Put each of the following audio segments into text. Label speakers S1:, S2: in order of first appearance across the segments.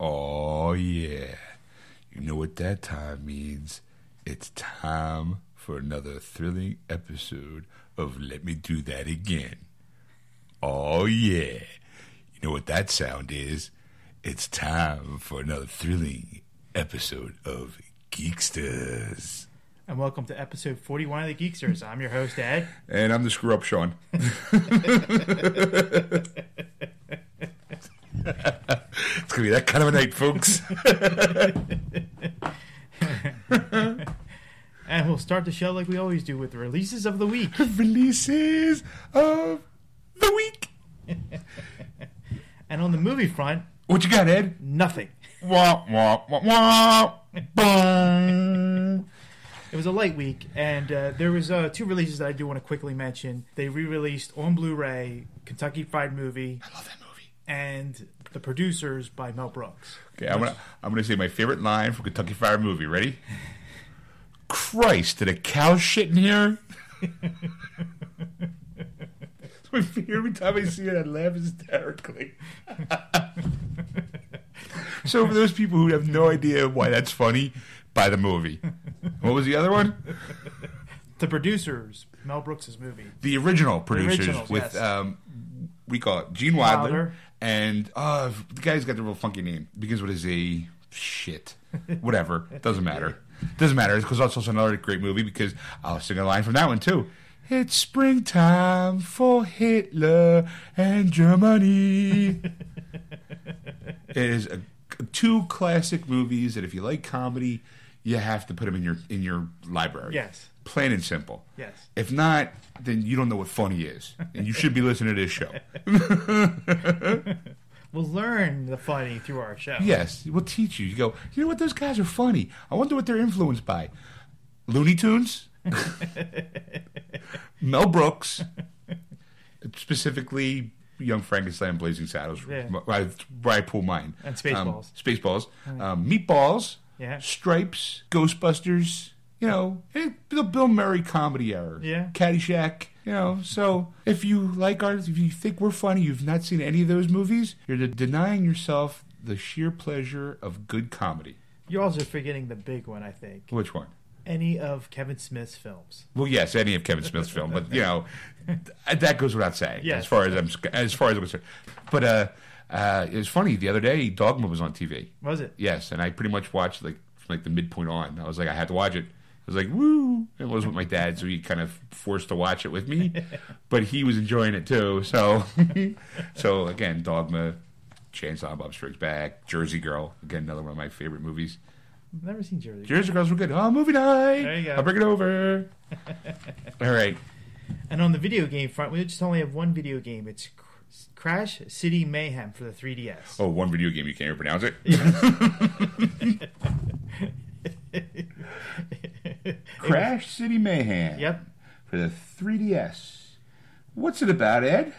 S1: Oh, that time means it's time for another thrilling episode of Let Me Do That Again. Oh, yeah. You know what that sound is? It's time for another thrilling episode of Geeksters.
S2: And welcome to episode 41 of the Geeksters. I'm your host, Ed.
S1: And I'm the screw up, Sean. it's going to be that kind of a night, folks.
S2: And we'll start the show like we always do with the releases of the week.
S1: Releases of the week.
S2: And on the movie front,
S1: What you got, Ed?
S2: nothing.
S1: Wah, wah, wah, wah. Boom.
S2: It was a light week, and uh, there was uh, two releases that I do want to quickly mention. They re-released on Blu-ray Kentucky Fried Movie
S1: I love that movie.
S2: and The Producers by Mel Brooks.
S1: Okay, I'm gonna I'm gonna say my favorite line from Kentucky Fire Movie. Ready? Christ, did a cow shit in here? It's my favorite- Every time I see it, I laugh hysterically. so, for those people who have no idea why that's funny, buy the movie. What was the other one?
S2: The Producers, Mel Brooks' movie.
S1: The original producers
S2: originals,
S1: with
S2: yes.
S1: um, we call it Gene Wilder,
S2: Wilder.
S1: and uh, the guy's got the real funky name begins with his A. Shit, whatever, doesn't matter. Doesn't matter because that's also another great movie because I'll sing a line from that one too. It's springtime for Hitler and Germany. it is a, two classic movies that if you like comedy, you have to put them in your in your library.
S2: Yes.
S1: plain and simple.
S2: Yes.
S1: If not, then you don't know what funny is, and you should be listening to this show.
S2: We'll learn the funny through our show.
S1: Yes, we'll teach you. You go. You know what? Those guys are funny. I wonder what they're influenced by. Looney Tunes, Mel Brooks, specifically Young Frankenstein, and Blazing Saddles.
S2: Yeah.
S1: Where I, where I pull mine.
S2: And Spaceballs.
S1: Um, Spaceballs. Um, Meatballs.
S2: Yeah.
S1: Stripes. Ghostbusters. You know, eh, the Bill Murray comedy era.
S2: Yeah.
S1: Caddyshack. You know, so if you like our, if you think we're funny, you've not seen any of those movies, you're de- denying yourself the sheer pleasure of good comedy.
S2: You're also forgetting the big one, I think.
S1: Which one?
S2: Any of Kevin Smith's films.
S1: Well, yes, any of Kevin Smith's film, but you know, th- that goes without saying.
S2: Yes.
S1: As far as I'm as far as I'm concerned, but uh, uh, it was funny the other day. Dogma was on TV.
S2: Was it?
S1: Yes, and I pretty much watched like from like the midpoint on. I was like, I had to watch it. I was like, woo! It was with my dad, so he kind of forced to watch it with me, but he was enjoying it too. So, so again, Dogma, Chainsaw Bob Strikes Back, Jersey Girl, again another one of my favorite movies.
S2: I've never seen Jersey.
S1: Jersey Girls were good. Oh, movie night!
S2: There you go.
S1: I'll bring it over. All right.
S2: And on the video game front, we just only have one video game. It's Cr- Crash City Mayhem for the 3DS.
S1: Oh, one video game you can't even pronounce it. Crash City Mayhem.
S2: Yep.
S1: For the 3DS. What's it about, Ed?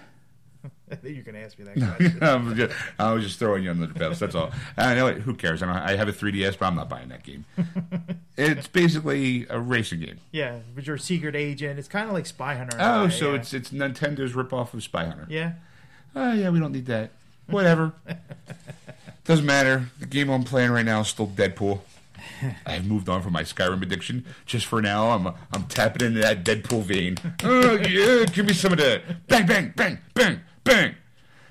S2: I think You're going to ask me that question.
S1: I'm just, I was just throwing you under the bus. That's all. I know it. Who cares? I, don't, I have a 3DS, but I'm not buying that game. it's basically a racing game.
S2: yeah, but you're a secret agent. It's kind of like Spy Hunter. in a
S1: Oh,
S2: way,
S1: so
S2: yeah.
S1: it's it's Nintendo's ripoff of Spy Hunter.
S2: Yeah.
S1: Oh yeah, we don't need that. Whatever. Doesn't matter. The game I'm playing right now is still Deadpool. I've moved on from my Skyrim addiction. Just for now, I'm I'm tapping into that Deadpool vein. Oh yeah, give me some of that. Bang bang bang bang bang.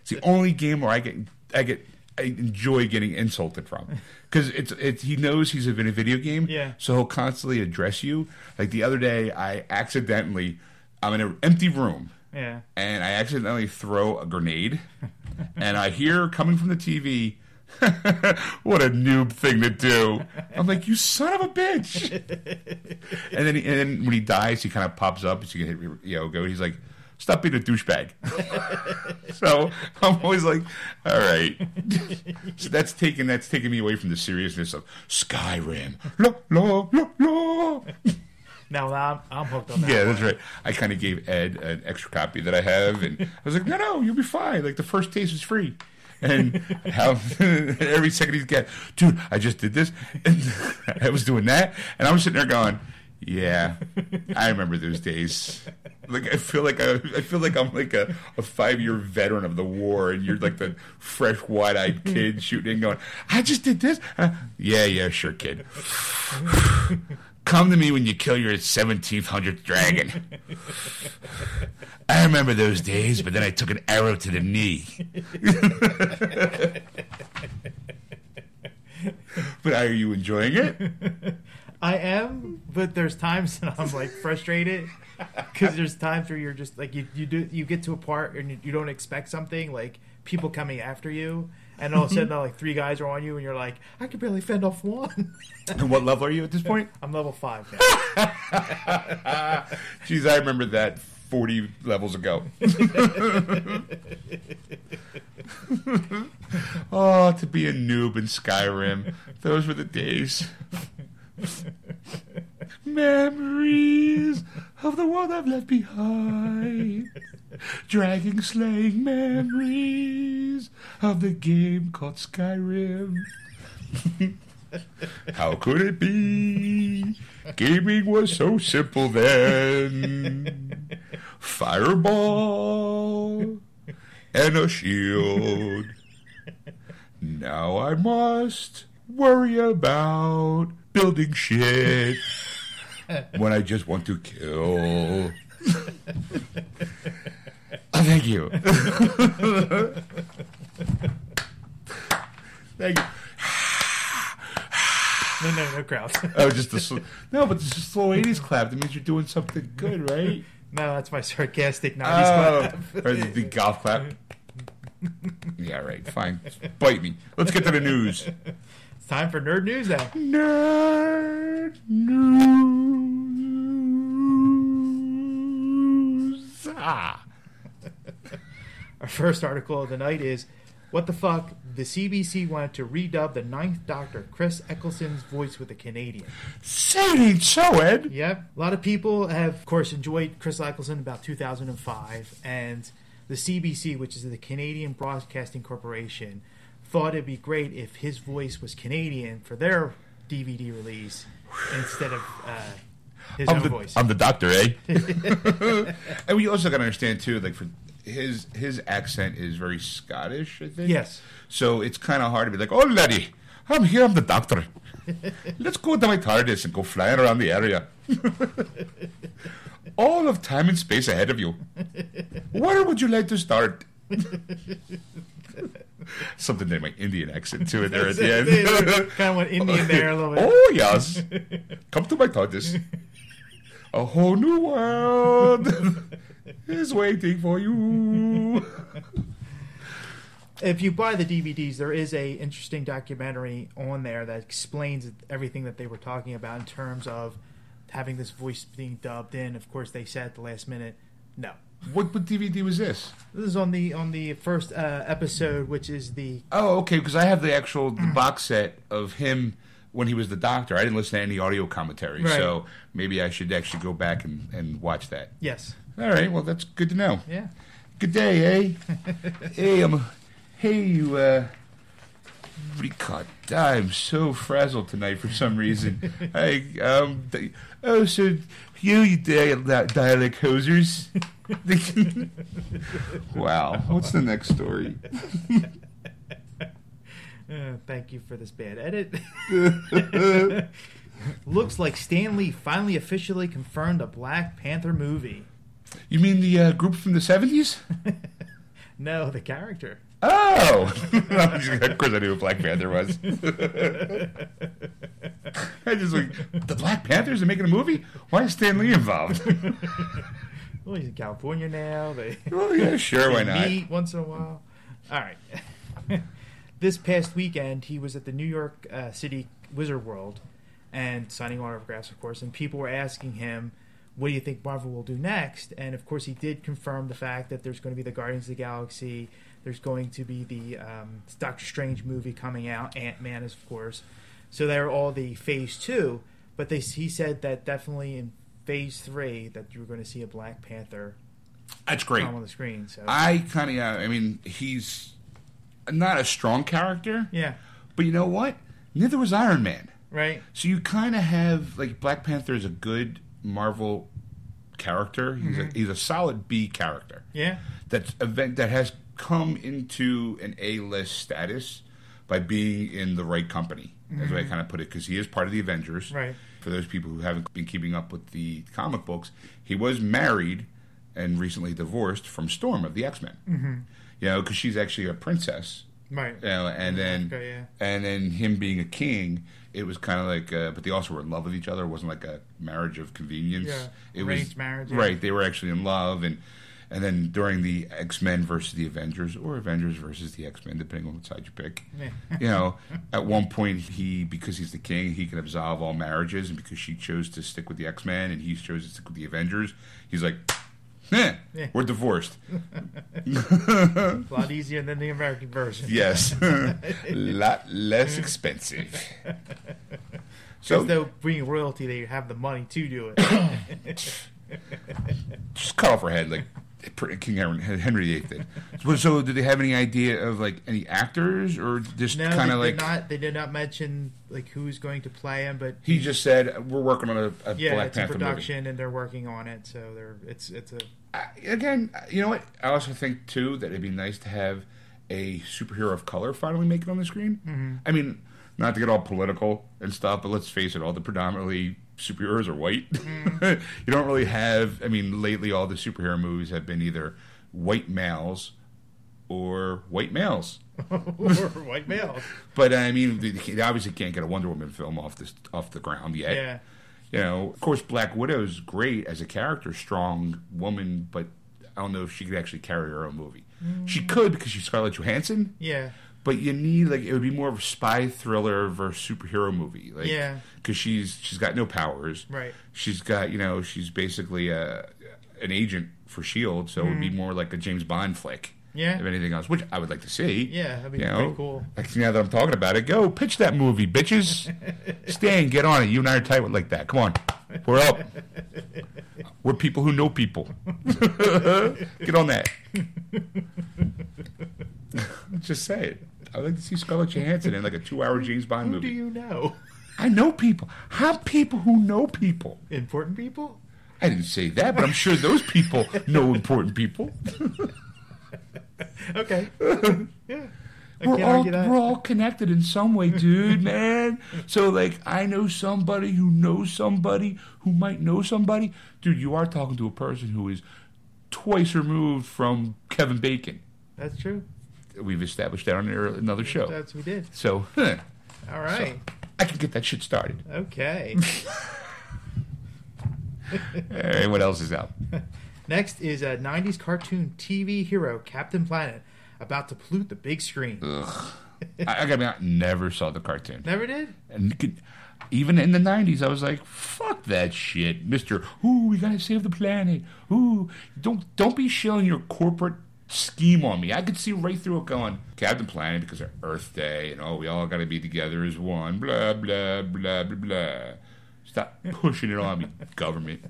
S1: It's the only game where I get I get I enjoy getting insulted from because it's it's he knows he's in a video game.
S2: Yeah.
S1: So he'll constantly address you. Like the other day, I accidentally I'm in an empty room
S2: Yeah.
S1: and I accidentally throw a grenade, and I hear coming from the TV, "What a noob thing to do!" I'm like, "You son of a bitch!" and then, and then when he dies, he kind of pops up. So you can hit Yogo. He's like, "Stop being a douchebag." so I'm always like, "All right." so that's taken that's taken me away from the seriousness of Skyrim. La, la, la, la.
S2: Now I'm, I'm hooked on that.
S1: Yeah, that's right. I kind of gave Ed an extra copy that I have, and I was like, "No, no, you'll be fine. Like the first taste is free." And how every second he's got, dude, I just did this, and I was doing that, and I'm sitting there going, Yeah, I remember those days. Like I feel like I, I feel like I'm like a, a five year veteran of the war, and you're like the fresh wide eyed kid shooting and going, "I just did this." Uh, yeah, yeah, sure, kid. Come to me when you kill your seventeenth hundredth dragon. I remember those days, but then I took an arrow to the knee. but are you enjoying it?
S2: I am, but there's times that I'm like frustrated because there's times where you're just like you, you do you get to a part and you, you don't expect something like people coming after you, and all of a sudden like three guys are on you and you're like I could barely fend off one.
S1: And what level are you at this point?
S2: I'm level five now.
S1: Geez, I remember that 40 levels ago. oh, to be a noob in Skyrim. Those were the days. Memories of the world I've left behind. Dragging, slaying memories of the game called Skyrim. How could it be? Gaming was so simple then. Fireball and a shield. Now I must worry about building shit when I just want to kill. Oh, thank you. thank you.
S2: No, no, no crowds.
S1: Oh, just the sl- no, but it's a slow '80s clap. That means you're doing something good, right?
S2: No, that's my sarcastic '90s
S1: Oh,
S2: clap.
S1: or the, the golf clap. Yeah, right. Fine. Bite me. Let's get to the news.
S2: It's time for nerd news now.
S1: Nerd news. Ah.
S2: Our first article of the night is What the fuck? The CBC wanted to redub the ninth Doctor Chris Eccleston's voice with a Canadian.
S1: Say it ain't so, Ed.
S2: Yep. A lot of people have, of course, enjoyed Chris Eccleston about 2005, and the CBC, which is the Canadian Broadcasting Corporation, thought it'd be great if his voice was Canadian for their DVD release instead of uh, his
S1: I'm
S2: own
S1: the,
S2: voice.
S1: I'm the doctor, eh? and we also got to understand too, like for his his accent is very Scottish, I think.
S2: Yes.
S1: So it's kind of hard to be like, "Oh, laddie, I'm here. I'm the doctor. Let's go to my TARDIS and go flying around the area." All of time and space ahead of you. Where would you like to start? Something in my Indian accent to it there at the end.
S2: kind of went Indian there a little bit.
S1: Oh yes, come to my TARDIS. A whole new world is waiting for you.
S2: if you buy the DVDs, there is a interesting documentary on there that explains everything that they were talking about in terms of having this voice being dubbed in. Of course, they said at the last minute, no.
S1: What, what DVD was this?
S2: This is on the on the first uh, episode, which is the
S1: Oh, okay, because I have the actual the box set of him when he was the doctor. I didn't listen to any audio commentary,
S2: Right.
S1: so maybe I should actually go back and, and watch that.
S2: yes,
S1: All right, well, that's good to know.
S2: yeah.
S1: Good day, eh? hey, I'm. Hey, you, uh. Ricard, I'm so frazzled tonight for some reason. I, um. di- oh, so you, you di- dialect hosers? wow. What's the next story?
S2: Uh, thank you for this bad edit. Looks like Stanley finally officially confirmed a Black Panther movie.
S1: You mean the uh, group from the 70s?
S2: No, the character.
S1: Oh! of course I knew what Black Panther was. I just like, the Black Panthers are making a movie? Why is Stan Lee involved?
S2: Well, he's in California now. They
S1: well, Oh, yeah, sure, why not?
S2: meet once in a while. All right. this past weekend, he was at the New York uh, City Wizard World and signing autographs, of course. And people were asking him, "What do you think Marvel will do next?" And of course, he did confirm the fact that there's going to be the Guardians of the Galaxy. There's going to be the um, Doctor Strange movie coming out. Ant Man is, of course. So they're all the Phase Two. But they, he said that definitely in Phase Three that you're going to see a Black Panther
S1: That's great.
S2: come on the screen. So
S1: I kind of, yeah, I mean, he's not a strong character,
S2: yeah.
S1: but you know what? Neither was Iron Man.
S2: right?
S1: So you kind of have like Black Panther is a good Marvel character. He's a he's a solid B character.
S2: Yeah.
S1: That's event that has come into an A list status by being in the right company. That's the way I kind of put it because he is part of the Avengers.
S2: Mm-hmm. Right.
S1: For those people who haven't been keeping up with the comic books, he was married and recently divorced from Storm of the X Men. Mm-hmm. You know, because she's actually a princess.
S2: Right.
S1: You know, and then
S2: Mm-hmm. Okay, yeah.
S1: and then him being a king, it was kind of like, uh, but they also were in love with each other. It wasn't like a marriage of convenience.
S2: Yeah,
S1: It
S2: arranged
S1: was
S2: marriage, yeah.
S1: right? They were actually in love, and and then during the X Men versus the Avengers, or Avengers versus the X Men, depending on what side you pick.
S2: Yeah.
S1: you know, at one point he, because he's the king, he can absolve all marriages, and because she chose to stick with the X Men and he chose to stick with the Avengers, he's like, eh,
S2: Yeah.
S1: we're divorced.
S2: A lot easier than the American version.
S1: Yes, lot less expensive.
S2: Because
S1: So
S2: though being royalty, they have the money to do it.
S1: just cut off her head like King Henry Henry VIII did. So, so did they have any idea of like any actors or just
S2: No,
S1: kind
S2: they
S1: of like
S2: did not. They did not mention like who's going to play him, but
S1: he just said we're working on a, a
S2: yeah,
S1: Black
S2: it's in
S1: Panther
S2: production and they're working on it. So they're it's it's a
S1: movie? I, again, you know what? I also think too that it'd be nice to have a superhero of color finally make it on the screen. I mean, not to get all political and stuff, but let's face it, all the predominantly superheroes are white. you don't really have. I mean, lately all the superhero movies have been either white males or white males.
S2: white male.
S1: But I mean, they they obviously can't get a Wonder Woman film off this off the ground yet.
S2: Yeah,
S1: You know, of course, Black Widow's great as a character, strong woman, but I don't know if she could actually carry her own movie.
S2: Mm.
S1: She could because she's Scarlett Johansson,
S2: yeah,
S1: but you need like it would be more of a spy thriller versus superhero movie, like
S2: Yeah.
S1: because she's she's got no powers,
S2: right.
S1: She's got you know she's basically a an agent for Shield, E so it would be more like a James Bond flick, if
S2: Mm. Yeah,
S1: anything else, which I would like to see.
S2: yeah. That'd be
S1: You know,
S2: pretty cool.
S1: Like, now that I'm talking about it, go pitch that movie, bitches. Stan, get on it. You and I are tight with like that. Come on, we're up. We're people who know people. get on that. Just say it. I'd like to see Scarlett Johansson in like a two-hour James Bond
S2: Who do
S1: movie.
S2: you know?
S1: I know people. How people who know people?
S2: Important people.
S1: I didn't say that, but I'm sure those people know important people.
S2: Okay. yeah. I
S1: we're all
S2: can't argue that.
S1: we're all connected in some way, dude, man. So like, I know somebody who knows somebody who might know somebody, dude. You are talking to a person who is twice removed from Kevin Bacon.
S2: That's true.
S1: We've established that on our- another show.
S2: That's we did.
S1: So huh,
S2: All right.
S1: I can get that shit started.
S2: Okay.
S1: And what else is out?
S2: Next is a 90s cartoon TV hero, Captain Planet, about to pollute the big screen.
S1: Ugh. I, I gotta be honest, never saw the cartoon.
S2: Never did?
S1: And you could- even in the 90s, I was like, fuck that shit, Mr. Ooh, we gotta save the planet. Ooh, don't, don't be shilling your corporate scheme on me. I could see right through it going, Captain Planet, because of Earth Day, and oh, we all gotta be together as one, blah, blah, blah, blah, blah. Stop pushing it on me, government.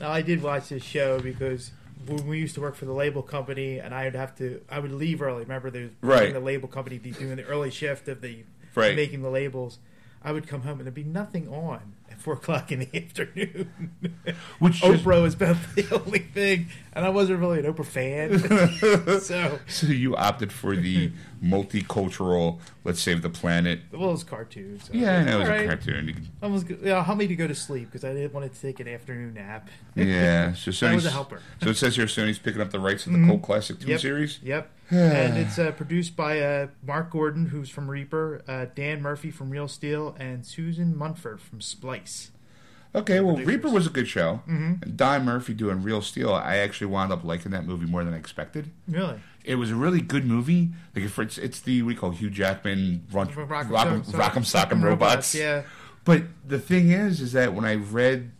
S2: Now, I did watch this show because when we used to work for the label company, and I would have to, I would leave early. Remember, the,
S1: Right.
S2: the label company be doing the early shift of the
S1: Right.
S2: making the labels. I would come home and there'd be nothing on at four o'clock in the afternoon.
S1: Which just-
S2: Oprah was about the only thing, and I wasn't really an Oprah fan. so,
S1: so you opted for the multicultural, let's save the planet.
S2: well, it was cartoons. So
S1: Yeah, I know it was
S2: all right.
S1: a cartoon. You could-
S2: I was go- yeah, help me to go to sleep because I didn't want to take an afternoon nap.
S1: Yeah, so Sony's,
S2: That was a helper. Mm-hmm.
S1: So it says here Sony's picking up the rights of the Cold Classic Two
S2: Yep.
S1: series.
S2: Yep. and it's uh, produced by uh, Mark Gordon, who's from Reaper, uh, Dan Murphy from Real Steel, and Susan Munford from Splice.
S1: Okay, well,
S2: Producers.
S1: Reaper was a good show.
S2: Mm-hmm.
S1: And Don Murphy doing Real Steel, I actually wound up liking that movie more than I expected.
S2: Really?
S1: It was a really good movie. Like if it's, it's the what do you call Hugh Jackman run, rock, rock'em, rock'em sock'em robots.
S2: Yeah.
S1: But the thing is, is that when I read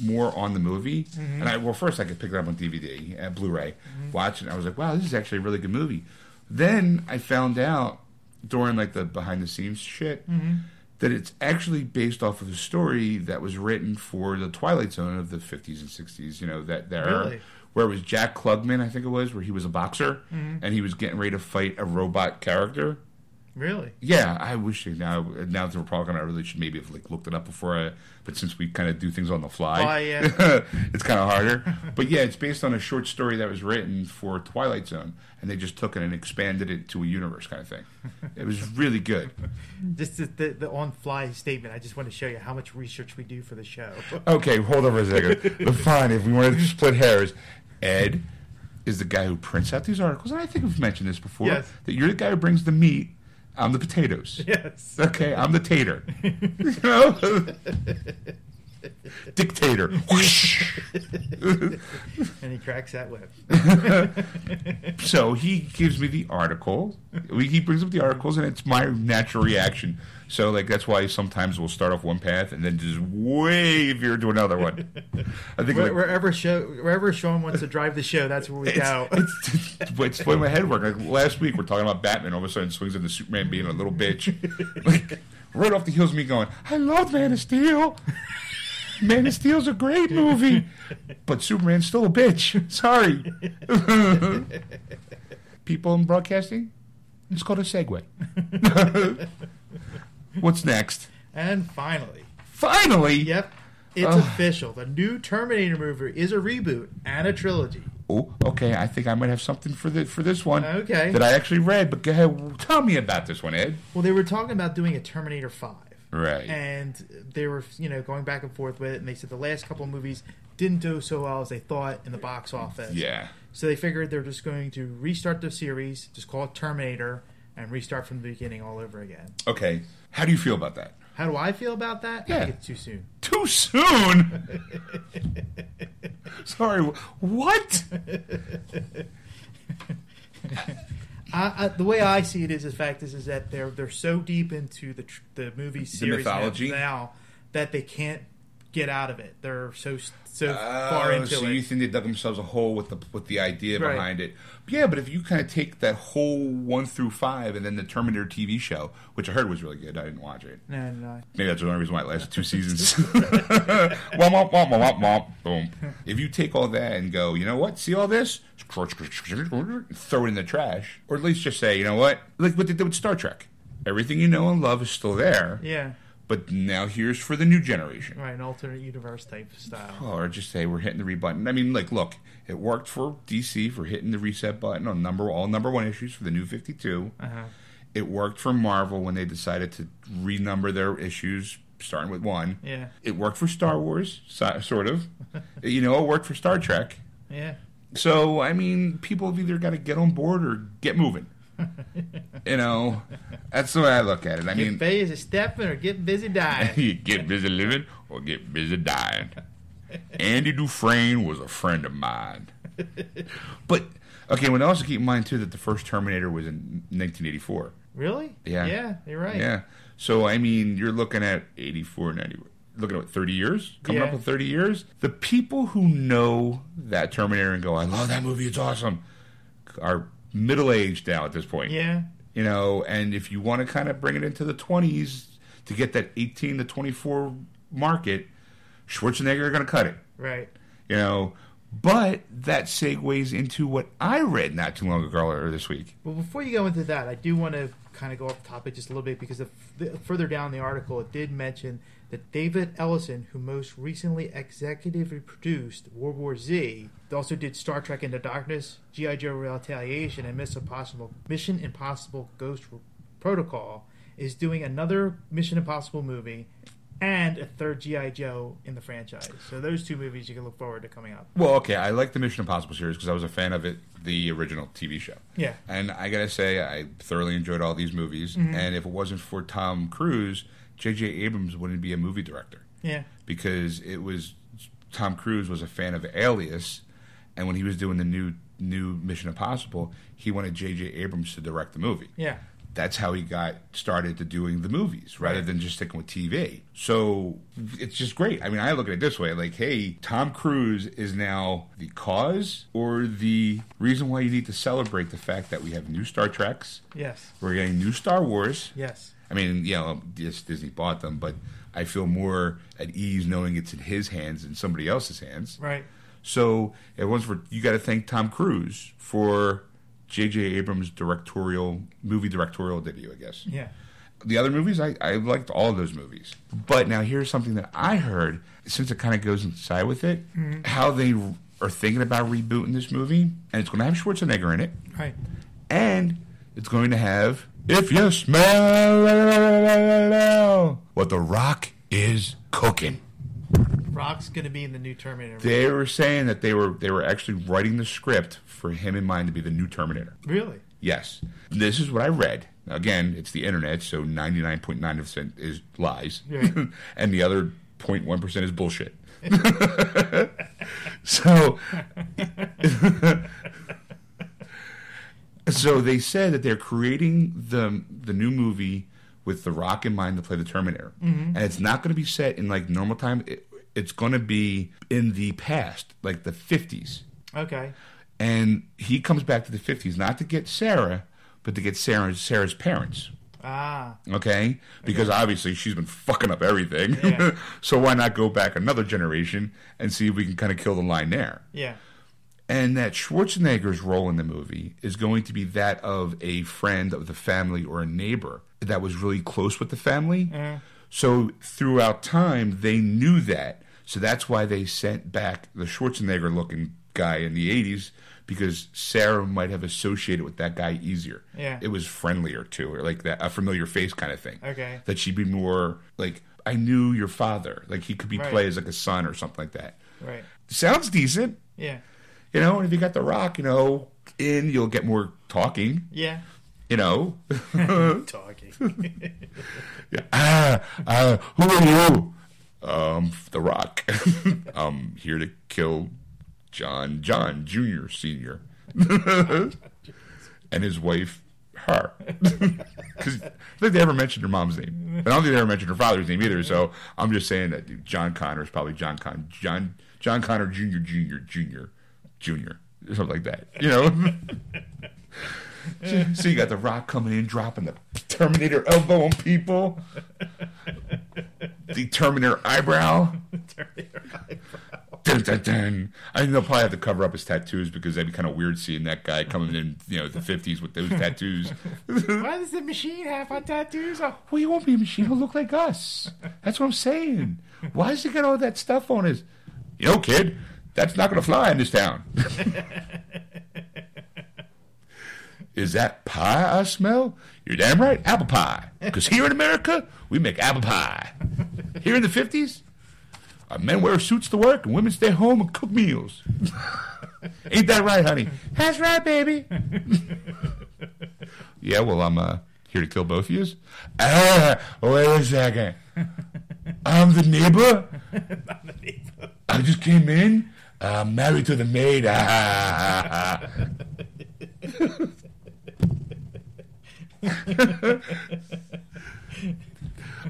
S1: more on the movie, and I well, first I could pick it up on DVD, uh, Blu-ray, watch it. And I was like, wow, this is actually a really good movie. Then I found out during like the behind-the-scenes shit that it's actually based off of a story that was written for the Twilight Zone of the 50s and 60s. You know that that era.
S2: Really?
S1: Where it was Jack Klugman, I think it was, where he was a boxer and he was getting ready to fight a robot character
S2: Really?
S1: Yeah, I wish now now that we're talking, I really should maybe have like looked it up before. I, but since we kind of do things on the fly,
S2: Oh, yeah.
S1: it's kind of harder. But yeah, it's based on a short story that was written for Twilight Zone, and they just took it and expanded it to a universe kind of thing. It was really good.
S2: Just the, the, the on fly statement. I just want to show you how much research we do for the show.
S1: Okay, hold on for a second. But fine, if we wanted to split hairs, Ed is the guy who prints out these articles, and I think we've mentioned this before.
S2: Yes.
S1: That you're the guy who brings the meat. I'm the potatoes.
S2: yes.
S1: Okay, I'm the tater. you know? Dictator. Whoosh.
S2: And he cracks that whip.
S1: so he gives me the article. We, he brings up the articles, and it's my natural reaction. So, like, that's why sometimes we'll start off one path and then just way veer to another one. I think
S2: Where,
S1: like,
S2: wherever show wherever Sean wants to drive the show, that's where we go.
S1: it's, it's, it's playing my head work. Like, last week, we're talking about Batman. All of a sudden, swings into Superman being a little bitch. Like, right off the heels of me going, I love Man of Steel. Man of Steel's a great movie, but Superman's still a bitch. Sorry. People in broadcasting, it's called a segue. What's next?
S2: and finally,
S1: Finally,
S2: yep, it's
S1: Ugh.
S2: official. The new Terminator movie is a reboot and a trilogy.
S1: oh, okay. I think I might have something for the, for this one
S2: Okay.
S1: that I actually read. But go ahead, tell me about this one, Ed.
S2: Well, they were talking about doing a Terminator Five.
S1: Right.
S2: and they were you know going back and forth with it and they said the last couple of movies didn't do so well as they thought in the box office
S1: yeah.
S2: so they figured they're just going to restart the series just call it terminator and restart from the beginning all over again
S1: Okay. How do you feel about that?
S2: how do i feel about that i
S1: Yeah.
S2: think it's too soon
S1: Too soon. Sorry. wh- What?
S2: I, I, the way i see it is the fact is, is that they're they're so deep into the tr- the movie series now-
S1: mythology?
S2: now that they can't get out of it they're so so far
S1: Oh,
S2: into
S1: so
S2: it
S1: you think they dug themselves a hole with the with the idea
S2: Right.
S1: behind it? Yeah, but if you kind of take that whole one through five, and then the Terminator TV show, which I heard was really good, I didn't watch it.
S2: no, no, no.
S1: Maybe that's the only reason why it lasted two seasons. womp, womp, womp, womp, womp, boom. If you take all that and go, you know what? See all this? Throw it in the trash, or at least just say, you know what? Like what they did with Star Trek. Everything you know and love is still there,
S2: yeah
S1: but now here's for the new generation.
S2: right an alternate universe type style
S1: Oh, or just say we're hitting the reset button. I mean, like, look, it worked for DC for hitting the reset button on number all number one issues for the New Fifty
S2: Uh-huh.
S1: It worked for Marvel when they decided to renumber their issues, starting with one.
S2: yeah
S1: It worked for Star Wars, so, sort of. you know, it worked for Star Trek.
S2: yeah
S1: So, I mean, people have either got to get on board or get moving. you know, that's the way I look at it. I mean,
S2: Get paid is a stepping or get busy dying.
S1: you get busy living or get busy dying. Andy Dufresne was a friend of mine. But okay, when I also keep in mind too that the first Terminator was in 1984.
S2: really?
S1: Yeah.
S2: Yeah, you're right.
S1: Yeah. So I mean, you're looking at 84, 90. Looking at what, 30 years, coming
S2: Yeah.
S1: up with 30 years. The people who know that Terminator and go, "I love that movie, it's awesome," are middle aged now at this point
S2: Yeah.
S1: you know and if you want to kind of bring it into the 20s to get that 18 to 24 market schwarzenegger are going to cut it
S2: Right.
S1: you know but that segues into what i read not too long ago earlier this week
S2: Well, before you go into that, I do want to kind of go off topic just a little bit because the, the, further down the article, it did mention that David Ellison, who most recently executively produced World War Z, also did Star Trek Into Darkness, G.I. Joe Retaliation, and Mission Impossible, Mission Impossible Ghost Protocol, is doing another Mission Impossible movie and a third G.I. Joe in the franchise. So those two movies you can look forward to coming up.
S1: well okay i like the mission impossible series because i was a fan of it the original tv show
S2: Yeah.
S1: and i gotta say i thoroughly enjoyed all these movies and if it wasn't for tom cruise jj abrams wouldn't be a movie director
S2: Yeah.
S1: because it was Tom Cruise was a fan of Alias, and when he was doing the new new Mission Impossible, he wanted J.J. Abrams to direct the movie.
S2: Yeah.
S1: That's how he got started to doing the movies rather
S2: Right.
S1: than just sticking with TV. So it's just great. I mean, I look at it this way like, hey, Tom Cruise is now the cause or the reason why you need to celebrate the fact that we have new Star Treks,
S2: Yes.
S1: we're getting new Star Wars,
S2: Yes.
S1: I mean, you know, yes, Disney bought them, but I feel more at ease knowing it's in his hands than somebody else's hands.
S2: Right.
S1: So it was for you got to thank Tom Cruise for J.J. Abrams' directorial movie directorial debut, I guess.
S2: Yeah.
S1: The other movies, I, I liked all of those movies. But now here's something that I heard, since it kind of goes inside with it, how they are thinking about rebooting this movie, and it's going to have Schwarzenegger in it,
S2: Right.
S1: and it's going to have If You Smell What The Rock Is Cooking.
S2: Rock's gonna be in the new Terminator.
S1: They were saying that they were they were actually writing the script for him in mind to be the new Terminator.
S2: really?
S1: Yes. This is what I read. Again, it's the internet, so 99.9% is lies.
S2: Right.
S1: and the other 0.1% is bullshit. so So they said that they're creating the the new movie with The Rock in mind to play the Terminator. And it's not going to be set in like normal time. It, it's going to be in the past, like the 50s
S2: Okay.
S1: and he comes back to the 50s not to get sarah but to get sarah's, sarah's parents
S2: Ah.
S1: okay because obviously she's been fucking up everything
S2: Yeah.
S1: so why not go back another generation and see if we can kind of kill the line there
S2: Yeah.
S1: and that schwarzenegger's role in the movie is going to be that of a friend of the family or a neighbor that was really close with the family
S2: Mm-hmm.
S1: so throughout time they knew that so that's why they sent back the schwarzenegger looking guy in the 80s because sarah might have associated with that guy easier
S2: Yeah.
S1: it was friendlier to her like that a familiar face kind of thing
S2: Okay.
S1: that she'd be more like i knew your father like he could be
S2: Right.
S1: played as like a son or something like that
S2: Right.
S1: sounds decent
S2: Yeah.
S1: you know, and if you got The Rock, you know, in, you'll get more talking,
S2: Yeah.
S1: you know.
S2: Talking.
S1: ah, ah, who are you? Um, The Rock. I'm here to kill John, John Jr., Sr., and his wife, her. Because I think they ever mentioned her mom's name. And I don't think they ever mentioned her father's name either, so I'm just saying that dude, John Connor is probably John Con John, John Connor Jr., Jr., Jr., Jr., or something like that, you know? so you got the rock coming in, dropping the Terminator elbow on people, the Terminator eyebrow.
S2: Terminator eyebrow.
S1: Dun, dun, dun. I think they'll probably have to cover up his tattoos because that'd be kind of weird seeing that guy coming in, you know, the fifties with those tattoos.
S2: Why does the machine have my tattoos? Oh,
S1: well, you won't be a machine. He'll look like us. That's what I'm saying. Why does he got all that stuff on his? You know, kid, that's not going to fly in this town. Is that pie I smell? You're damn right, apple pie. Because here in America, we make apple pie. Here in the 50s, uh, men wear suits to work and women stay home and cook meals. Ain't that right, honey? That's right, baby. yeah, well, I'm uh, here to kill both of you. Ah, wait a second. I'm the neighbor. I just came in. Uh, married to the maid. Ah.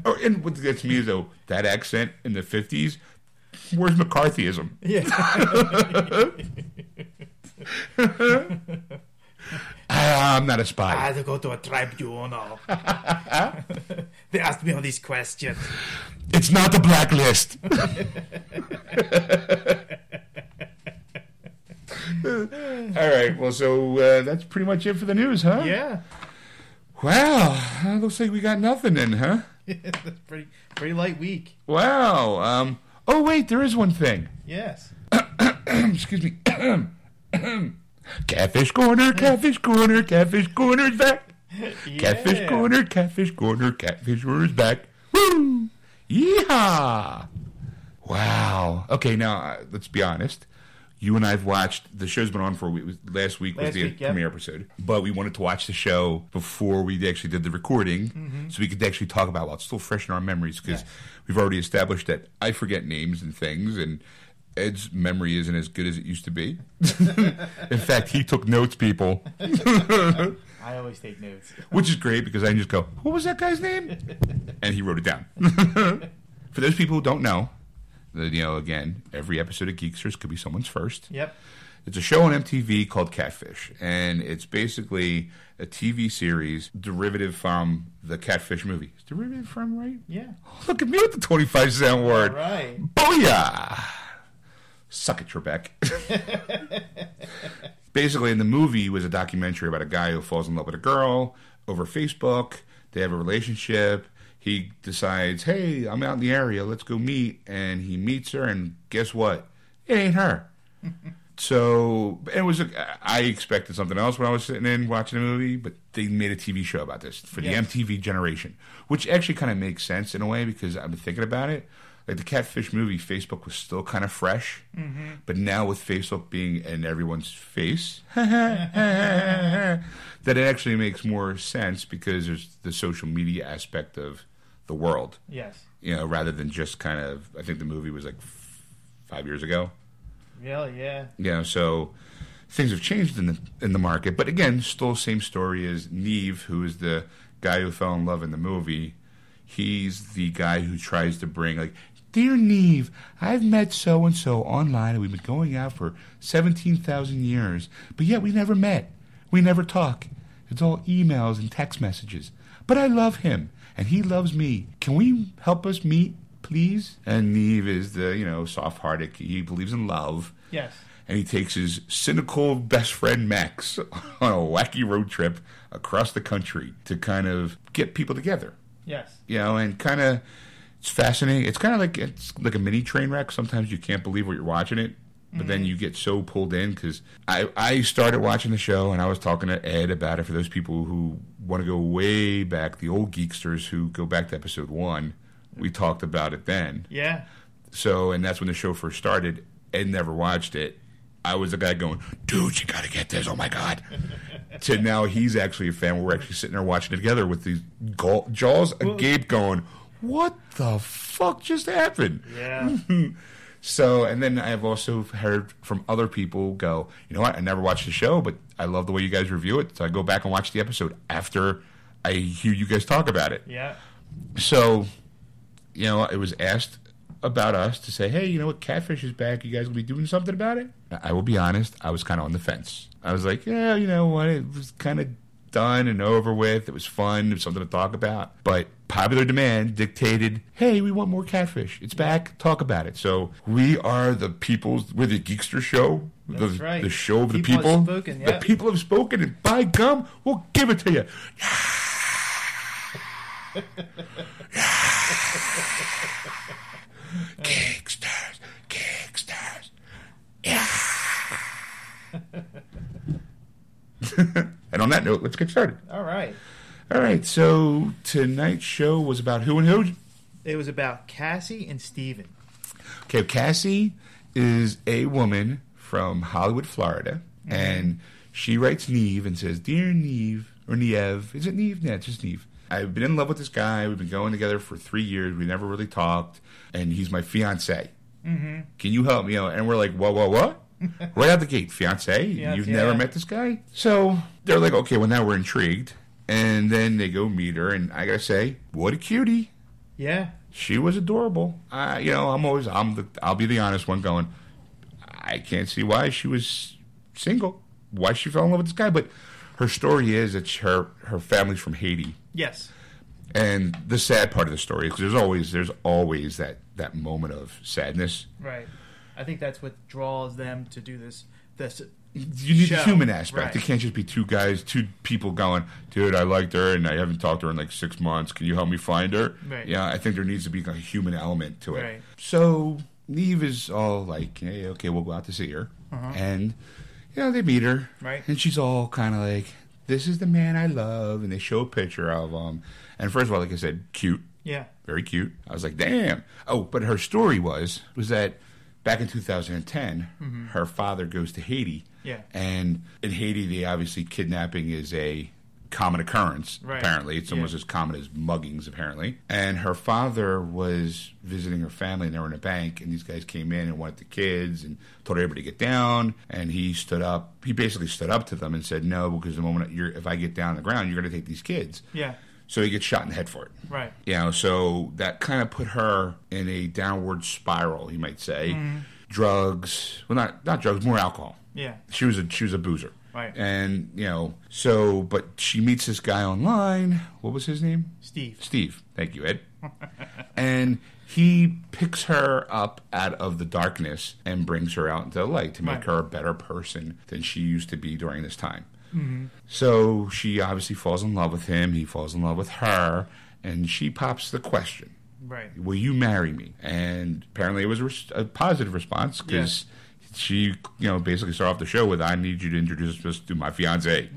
S1: oh, and what gets me is though that accent in the fifties. Where's McCarthyism?
S2: yeah.
S1: Ah, I'm not a spy.
S2: I had to go to a tribunal. they asked me all these questions.
S1: It's not the blacklist. All right. Well, so uh, that's pretty much it for the news, huh?
S2: Yeah.
S1: Wow. uh, Looks like we got nothing in, huh?
S2: That's pretty pretty light week.
S1: Wow. Um. Oh wait, there is one thing.
S2: Yes.
S1: Excuse me. catfish corner. Catfish corner. Catfish corner is back. Catfish
S2: Yeah.
S1: corner. Catfish corner. Catfish corner is back. Woo! Yeehaw! Wow. Okay, now uh, let's be honest. You and I've watched the show's been on for a week. Last week was
S2: Last
S1: the
S2: week, yep.
S1: premiere episode, but we wanted to watch the show before we actually did the recording,
S2: Mm-hmm.
S1: so we could actually talk about it while it's still fresh in our memories because we've already established that I forget names and things, and Ed's memory isn't as good as it used to be. in fact, he took notes, people,
S2: I always take notes.
S1: which is great because I can just go, "What was that guy's name?" and he wrote it down. For those people who don't know, the, you know, again, every episode of Geeksters could be someone's first.
S2: Yep.
S1: It's a show on MTV called Catfish, and it's basically a TV series derivative from the Catfish movie. It's derivative from, right?
S2: Yeah.
S1: Look at me with the 25 cent word.
S2: All right.
S1: Booyah! Suck it, Trebek. basically in the movie was a documentary about a guy who falls in love with a girl over Facebook. They have a relationship. He decides, hey, I'm out in the area. Let's go meet. And he meets her, and guess what? It ain't her. so it was. A, I expected something else when I was sitting in watching the movie, but they made a TV show about this for
S2: Yes.
S1: the MTV generation, which actually kind of makes sense in a way because I've been thinking about it. Like the Catfish movie, Facebook was still kind of fresh, but now with Facebook being in everyone's face, that it actually makes more sense because there's the social media aspect of the world,
S2: Yes.
S1: you know, rather than just kind of. I think the movie was like f- five years ago.
S2: Yeah. Yeah.
S1: You know, so things have changed in the in the market. But again, still same story as Neve, who is the guy who fell in love in the movie. He's the guy who tries to bring like, dear Neve, I've met so and so online, and we've been going out for seventeen thousand years, but yet we never met, we never talk. It's all emails and text messages. But I love him, and he loves me. Can we help us meet, please? And Neve is the you know soft-hearted. He believes in love
S2: Yes.
S1: and he takes his cynical best friend Max on a wacky road trip across the country to kind of get people together,
S2: Yes.
S1: you know, and kind of it's fascinating. It's kind of like it's like a mini train wreck. Sometimes you can't believe what you're watching it, but then you get so pulled in because I I started watching the show and I was talking to Ed about it for those people who want to go way back, the old geeksters who go back to episode one. We talked about it then.
S2: Yeah.
S1: So, and that's when the show first started. Ed never watched it. I was the guy going, dude, you got to get this. Oh my God. to now he's actually a fan. We're actually sitting there watching it together with these gall- jaws agape going, what the fuck just happened?
S2: Yeah.
S1: So, and then I've also heard from other people go, you know what? I never watched the show, but I love the way you guys review it. So I go back and watch the episode after I hear you guys talk about it.
S2: yeah.
S1: So, you know, it was asked about us to say, hey, you know what, Catfish is back. You guys will be doing something about it? I I will be honest, I was kind of on the fence. I was like, yeah, you know what, it was kind of done and over with. It was fun. It was something to talk about. But popular demand dictated, hey, we want more Catfish. It's back. Talk about it. So we are the people's, we're the Geekster show.
S2: That's
S1: the,
S2: right.
S1: the show of the
S2: People have
S1: people.
S2: spoken, yeah.
S1: The people have spoken, and by gum, we'll give it to you. Kickstars, kickstars. Yeah. and on that note, let's get started.
S2: All right.
S1: All right, so tonight's show was about who and who.
S2: It was about Cassie and Steven.
S1: Okay, Cassie is a woman from Hollywood, Florida, and she writes Neve and says, "Dear Neve or Nieve, is it Neve? No, it's just Neve. I've been in love with this guy. We've been going together for three years. We never really talked, and he's my fiance. Mm-hmm. Can you help me out?" And we're like, "What? What? What?" right out the gate, fiance. You've
S2: Fiancé.
S1: never met this guy, so they're like, "Okay, well now we're intrigued." And then they go meet her, and I gotta say, what a cutie!
S2: Yeah.
S1: she was adorable. I, you know, I'm always, I'm the, I'll be the honest one going, I can't see why she was single, why she fell in love with this guy. But her story is it's her, her family's from Haiti.
S2: Yes.
S1: And the sad part of the story is 'cause there's always, there's always that, that moment of sadness.
S2: Right. I think that's what draws them to do this. This.
S1: You need the
S2: Show,
S1: human aspect.
S2: right.
S1: It can't just be two guys, two people going, dude, I liked her and I haven't talked to her in like six months. Can you help me find her?
S2: Right.
S1: Yeah, I think there needs to be a human element to it.
S2: Right.
S1: So Neve is all like, hey, okay, we'll go out to see her. And, you know, they meet her.
S2: Uh-huh. Right.
S1: And she's all kind of like, this is the man I love. And they show a picture of him. And first of all, like I said, cute
S2: Yeah.
S1: very cute. I was like, damn. Oh, but her story was was that back in 2010, her father goes to Haiti.
S2: Mm-hmm. Yeah.
S1: And in Haiti, they obviously kidnapping is a common occurrence.
S2: Right.
S1: Apparently, it's almost
S2: Yeah.
S1: as common as muggings. Apparently, and her father was visiting her family, and they were in a bank, and these guys came in and wanted the kids and told everybody to get down. And he stood up. He basically stood up to them and said, "No, because the moment you're, if I get down on the ground, you're going to take these kids."
S2: Yeah.
S1: So he gets shot in the head for it.
S2: Right.
S1: You know, so that kind of put her in a downward spiral, you might say. Drugs, well, not not drugs, more alcohol.
S2: Yeah.
S1: She was a she was a boozer.
S2: Right.
S1: And, you know, so, but she meets this guy online. What was his name?
S2: Steve.
S1: Steve. Thank you, Ed. and he picks her up out of the darkness and brings her out into the light to make
S2: Right.
S1: her a better person than she used to be during this time.
S2: Mm-hmm.
S1: So she obviously falls in love with him. He falls in love with her. And she pops the question
S2: Right.
S1: will you marry me? And apparently it was a res- a positive response because she, you know, basically started off the show with, I need you to introduce us to my fiance.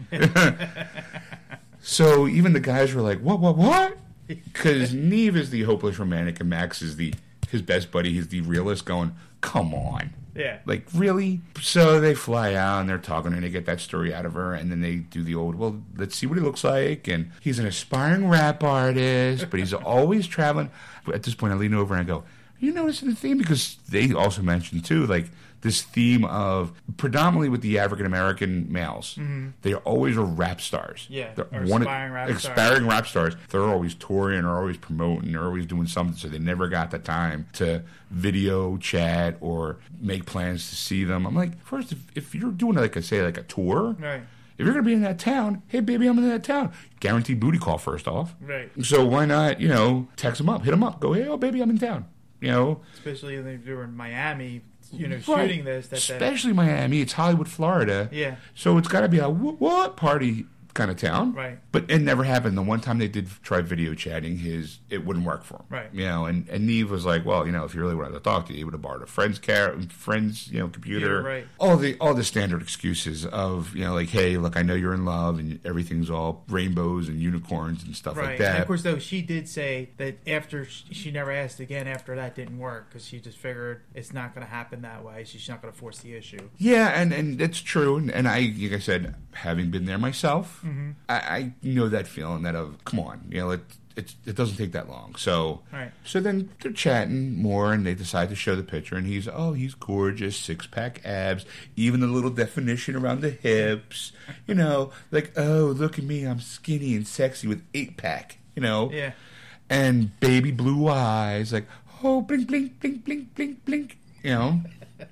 S1: so even the guys were like, what, what, what? Because Neve is the hopeless romantic and Max is the his best buddy. He's the realist going, come on.
S2: Yeah.
S1: Like, really? So they fly out and they're talking and they get that story out of her. And then they do the old, well, let's see what he looks like. And he's an aspiring rap artist, but he's always traveling. At this point, I lean over and I go, Are you noticing the theme? Because they also mentioned, too, like this theme of predominantly with the African American males, they always are rap stars.
S2: Yeah,
S1: They're
S2: or aspiring rap stars.
S1: aspiring rap stars. They're always touring or always promoting or always doing something, so they never got the time to video chat or make plans to see them. I'm like, first, if, if you're doing like I say, like a tour,
S2: Right.
S1: if you're gonna be in that town, hey baby, I'm in that town. Guaranteed booty call first off.
S2: Right.
S1: So why not, you know, text them up, hit them up, go, hey, oh baby, I'm in town. You know,
S2: Especially when they were in Miami, you know,
S1: Right.
S2: shooting this. That, that.
S1: especially Miami, it's Hollywood, Florida.
S2: Yeah.
S1: So it's got to be a what, what party kind of town.
S2: Right.
S1: But it never happened. The one time they did try video chatting, his it wouldn't work for him.
S2: Right.
S1: You know, and, and Neve was like, well, you know, if you really wanted to talk to you, you would have borrowed a friend's car, friend's, you know, computer.
S2: Yeah, right.
S1: All the all the standard excuses of, you know, like, hey, look, I know you're in love and everything's all rainbows and unicorns and stuff
S2: Right.
S1: like
S2: And
S1: that.
S2: of course, though, she did say that after sh- she never asked again after that didn't work because she just figured it's not going to happen that way. She's not going to force the issue.
S1: Yeah, and and that's true. And, and I, like I said, having been there myself,
S2: Mm-hmm.
S1: I, I know that feeling that of come on, you know, it it, it doesn't take that long. So
S2: Right.
S1: so then they're chatting more, and they decide to show the picture, and he's oh he's gorgeous, six pack abs, even the little definition around the hips, you know, like oh look at me, I'm skinny and sexy with eight pack, you know,
S2: Yeah.
S1: and baby blue eyes, like oh blink blink blink blink blink blink, you know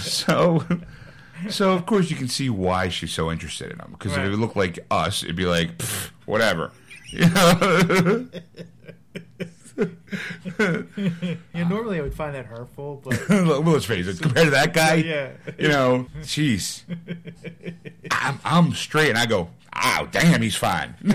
S1: so so of course you can see why she's so interested in him because
S2: Right.
S1: if it looked like us it'd be like "Pff, whatever You know?
S2: Yeah, normally I would find that hurtful, but
S1: well let's face it compared to that guy
S2: yeah.
S1: you know jeez I'm, I'm straight and i go oh damn he's fine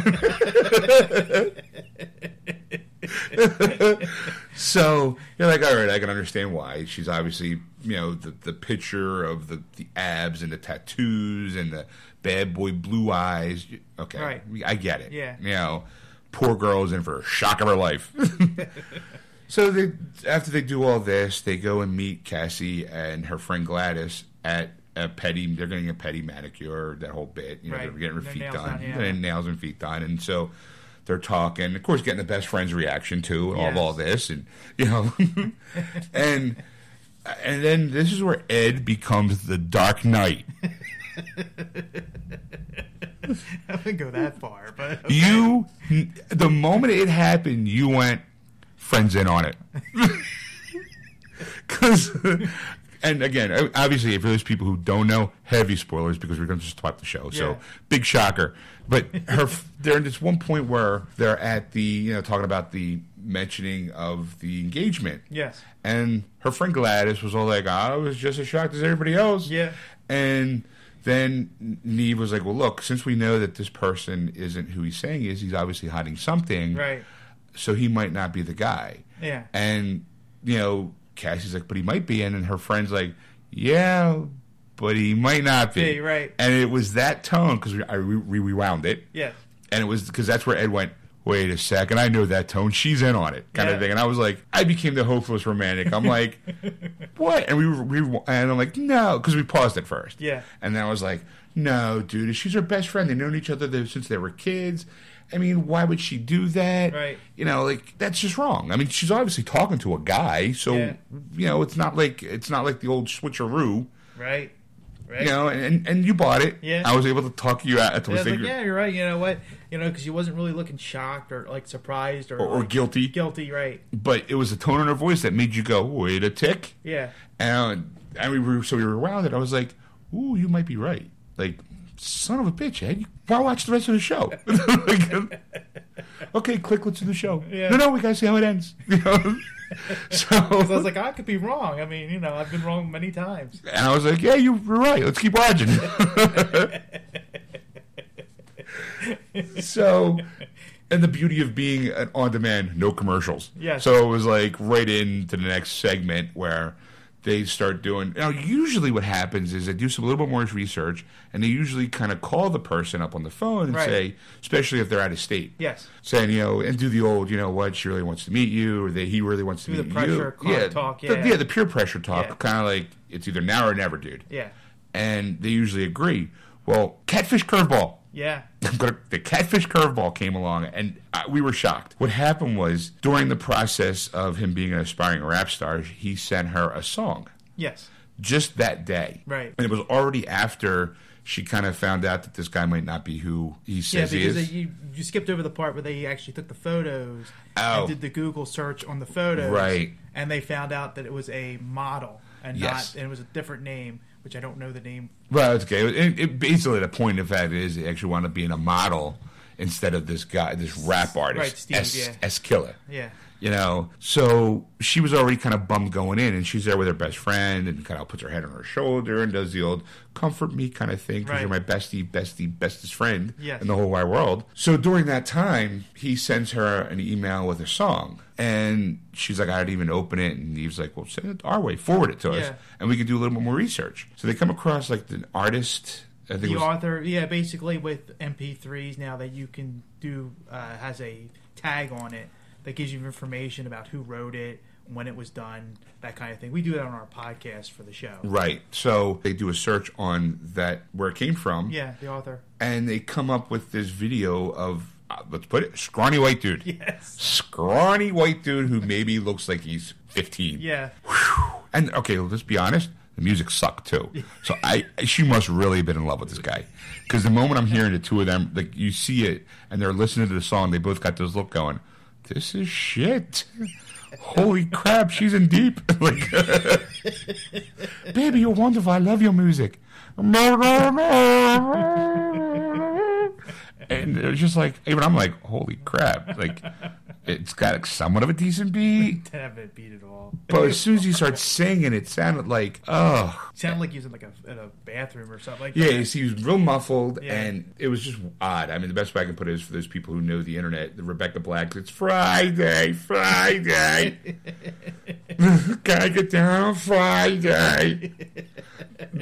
S1: so you're like all right i can understand why she's obviously you know the, the picture of the, the abs and the tattoos and the bad boy blue eyes okay
S2: Right.
S1: i get it
S2: Yeah.
S1: you know poor girl's in for a shock of her life So they after they do all this, they go and meet Cassie and her friend Gladys at a petty. They're getting a petty manicure, that whole bit. You know,
S2: Right.
S1: they're getting her
S2: Their
S1: feet
S2: nails
S1: done,
S2: done, yeah.
S1: their nails and feet done, and so they're talking. Of course, getting the best friend's reaction too, and
S2: Yes.
S1: all of all this, and you know, and and then this is where Ed becomes the Dark Knight.
S2: I wouldn't go that far. But
S1: You, the moment it happened, you went friends in on it. Because, and again, o- obviously, for those people who don't know, heavy spoilers because we're going to just swipe the show.
S2: Yeah.
S1: So big shocker. But her, they're at this one point where they're at the, you know, talking about the mentioning of the engagement.
S2: yes,
S1: And her friend Gladys was all like, I was just as shocked as everybody else.
S2: Yeah.
S1: And then Neve was like, Well, look, since we know that this person isn't who he's saying he is, he's obviously hiding something.
S2: right,
S1: So he might not be the guy.
S2: yeah,
S1: And, you know, Cassie's like, But he might be. And then her friend's like, Yeah, but he might not be.
S2: Yeah, right.
S1: And it was that tone, because I re- rewound it.
S2: yes,
S1: And it was because that's where Ed went, wait a second, I know that tone. She's in on it, kind
S2: Yeah.
S1: of thing. And I was like, I became the hopeless romantic. I'm like, what? And we, were- we were- and I'm like, no, because we paused at first.
S2: Yeah.
S1: And then I was like, no, dude, she's her best friend. They've known each other th- since they were kids. I mean, why would she do that?
S2: Right.
S1: You know, like that's just wrong. I mean, she's obviously talking to a guy, so
S2: Yeah.
S1: you know, it's not like it's not like the old switcheroo.
S2: right, right.
S1: You know, and, and you bought it.
S2: Yeah.
S1: I was able to talk you out. to
S2: Yeah, I was like,
S1: figure-
S2: yeah, you're right. You know what? You know, because she wasn't really looking shocked or like surprised or,
S1: or, or
S2: like,
S1: guilty.
S2: guilty, right?
S1: but it was the tone in her voice that made you go, wait a tick.
S2: Yeah,
S1: And, and we were, so we rewound it. I was like, ooh, you might be right. Like, son of a bitch, Ed. You gotta watch the rest of the show. okay, click. Let's do the show.
S2: Yeah.
S1: No, no, we gotta see how it ends. You know? so,
S2: So I was like, I could be wrong. I mean, you know, I've been wrong many times.
S1: and I was like, yeah, you, you're right. Let's keep watching. so, and the beauty of being an on-demand, no commercials.
S2: Yes.
S1: So it was like right into the next segment where they start doing. Now, usually what happens is they do some little bit more research, and they usually kind of call the person up on the phone and
S2: Right.
S1: say, especially if they're out of state.
S2: Yes.
S1: Saying you know, and do the old you know what she really wants to meet you, or that he really wants to
S2: Do the
S1: meet
S2: pressure
S1: you.
S2: con- talk,
S1: the-
S2: yeah.
S1: yeah, the peer pressure talk,
S2: Yeah.
S1: kind of like it's either now or never, dude
S2: Yeah.
S1: and they usually agree. Well, catfish curveball.
S2: Yeah.
S1: I'm gonna- the catfish curveball came along, and uh, we were shocked. What happened was during the process of him being an aspiring rap star, he sent her a song
S2: Yes.
S1: just that day.
S2: Right.
S1: and it was already after she kind of found out that this guy might not be who he
S2: Yeah,
S1: says he
S2: because
S1: is.
S2: they, you, you skipped over the part where they actually took the photos
S1: Oh.
S2: and did the Google search on the photos.
S1: Right.
S2: And they found out that it was a model and
S1: Yes.
S2: not, and it was a different name, which I don't know the name.
S1: Well, it's okay. It, it, basically, the point of fact is, they actually wound up being a model instead of this guy, this rap artist,
S2: Steve,
S1: S,
S2: yeah.
S1: S Killer.
S2: Yeah.
S1: You know, so she was already kind of bummed going in, and she's there with her best friend, and kind of puts her head on her shoulder and does the old comfort me kind of thing because
S2: Right.
S1: you're my bestie, bestie, bestest friend
S2: Yes.
S1: in the whole wide world. So during that time, he sends her an email with a song, and she's like, I didn't even open it, and Eve's like, Well, send it our way, forward it to us,
S2: Yeah.
S1: and we can do a little bit more research. So they come across like an artist. I think it
S2: The
S1: was-
S2: author, yeah, basically with MP3s now that you can do, uh, has a tag on it that gives you information about who wrote it, when it was done, that kind of thing. We do that on our podcast for the show.
S1: right. So they do a search on that where it came from.
S2: Yeah, the author.
S1: and they come up with this video of uh, let's put it scrawny white dude
S2: Yes.
S1: scrawny white dude who maybe looks like he's 15
S2: Yeah.
S1: and okay let's be honest the music sucked too so i she must really have been in love with this guy because the moment i'm hearing the two of them like you see it and they're listening to the song they both got this look going this is shit holy crap she's in deep like baby you're wonderful i love your music and it was just like even i'm like holy crap like it's got like, somewhat of a decent beat
S2: Haven't beat it all.
S1: but as soon as you start singing, it sounded like, oh.
S2: Sounded like he was in like a, in a bathroom or something like
S1: Yeah,
S2: that.
S1: you see, he was real muffled,
S2: Yeah.
S1: and it was just odd. I mean, the best way I can put it is for those people who know the internet, the Rebecca Black, it's Friday, Friday. Can I get down on Friday?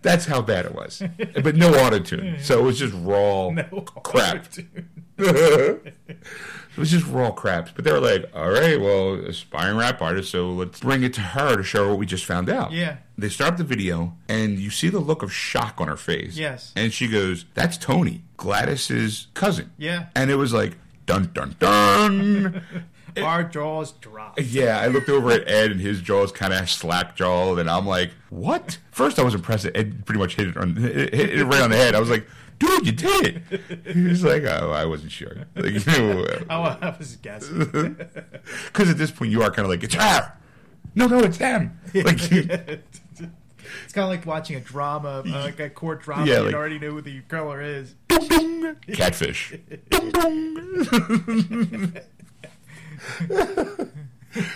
S1: That's how bad it was. But no autotune. So it was just raw crap. It was just raw craps. But they were like, all right, well, aspiring rap artist, so let's bring it to her to show her what we just found out.
S2: Yeah.
S1: They start up the video, and you see the look of shock on her face.
S2: Yes.
S1: And she goes, that's Tony, Gladys's cousin.
S2: Yeah.
S1: And it was like, dun, dun, dun.
S2: Our jaws dropped.
S1: yeah, I looked over at Ed, and his jaw's kind of slack jawed, and I'm like, what? First, I was impressed that Ed pretty much hit it, on, hit it right on the head. I was like, dude, you did it. He was like, oh, I wasn't sure. Like,
S2: Oh, I was guessing.
S1: Because at this point, you are kind of like, it's her. No, no, it's them. Like, you-
S2: It's kind of like watching a drama, uh, like a court drama.
S1: Yeah,
S2: you
S1: like-
S2: already know who the color is.
S1: dong, dong, catfish. Dong, dong.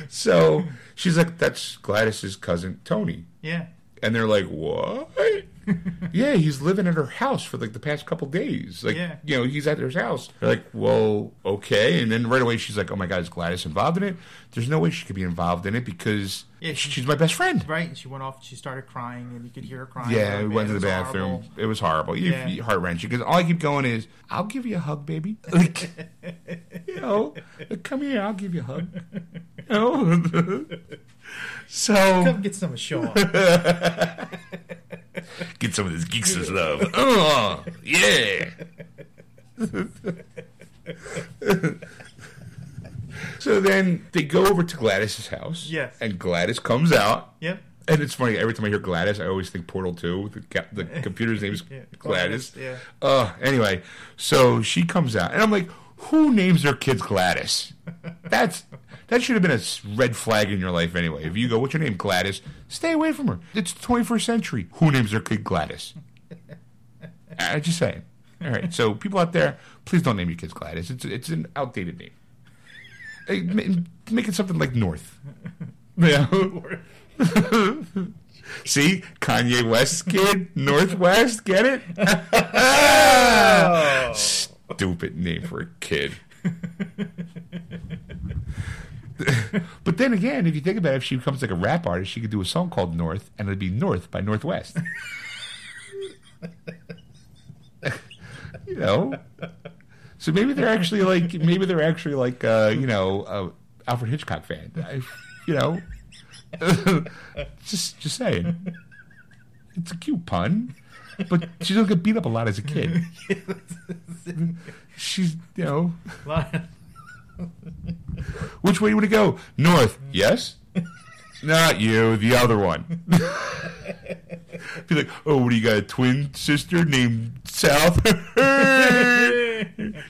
S1: so she's like, that's Gladys's cousin, Tony.
S2: Yeah.
S1: And they're like, what? yeah, he's living at her house for like the past couple days. Like,
S2: Yeah.
S1: you know, he's at her house. They're like, well, okay. And then right away, she's like, oh my God, is Gladys involved in it? There's no way she could be involved in it because
S2: Yeah, she-
S1: she's my best friend.
S2: Right? And she went off, she started crying, and you could hear her crying.
S1: Yeah,
S2: Oh,
S1: we
S2: man,
S1: went to
S2: it
S1: the
S2: was
S1: bathroom.
S2: horrible.
S1: It was horrible. You,
S2: Yeah.
S1: you heart wrenching because all I keep going is, "I'll give you a hug, baby." Like, you know, like, come here, I'll give you a hug. You know?
S2: Come
S1: so
S2: get some of Shaw.
S1: get some of this geekster's love. Oh, yeah. so then they go over to Gladys's house.
S2: Yes.
S1: and Gladys comes out.
S2: yep.
S1: And it's funny every time I hear Gladys, I always think Portal Two. The, ca- the computer's name is
S2: Yeah,
S1: Gladys.
S2: Gladys, yeah.
S1: Uh, anyway, so she comes out, and I'm like, who names their kids Gladys? That's that should have been a s- red flag in your life anyway. If you go, what's your name, Gladys? Stay away from her. It's the 21st century. Who names their kid Gladys? I just saying. All right, so people out there, please don't name your kids Gladys. It's it's an outdated name. Hey, ma- Make it something like North. Yeah. See, Kanye West kid, Northwest, get it?
S2: Oh.
S1: Stupid name for a kid. But then again, if you think about it, if she becomes like a rap artist, she could do a song called North, and it'd be North by Northwest. you know, so maybe they're actually like maybe they're actually like uh, you know uh, Alfred Hitchcock fan. I, you know, just just saying, it's a cute pun, but she doesn't get beat up a lot as a kid. She's you know. Which way would it go? North. Yes. Not you. The other one. Be like, oh, what do you got? A twin sister named South.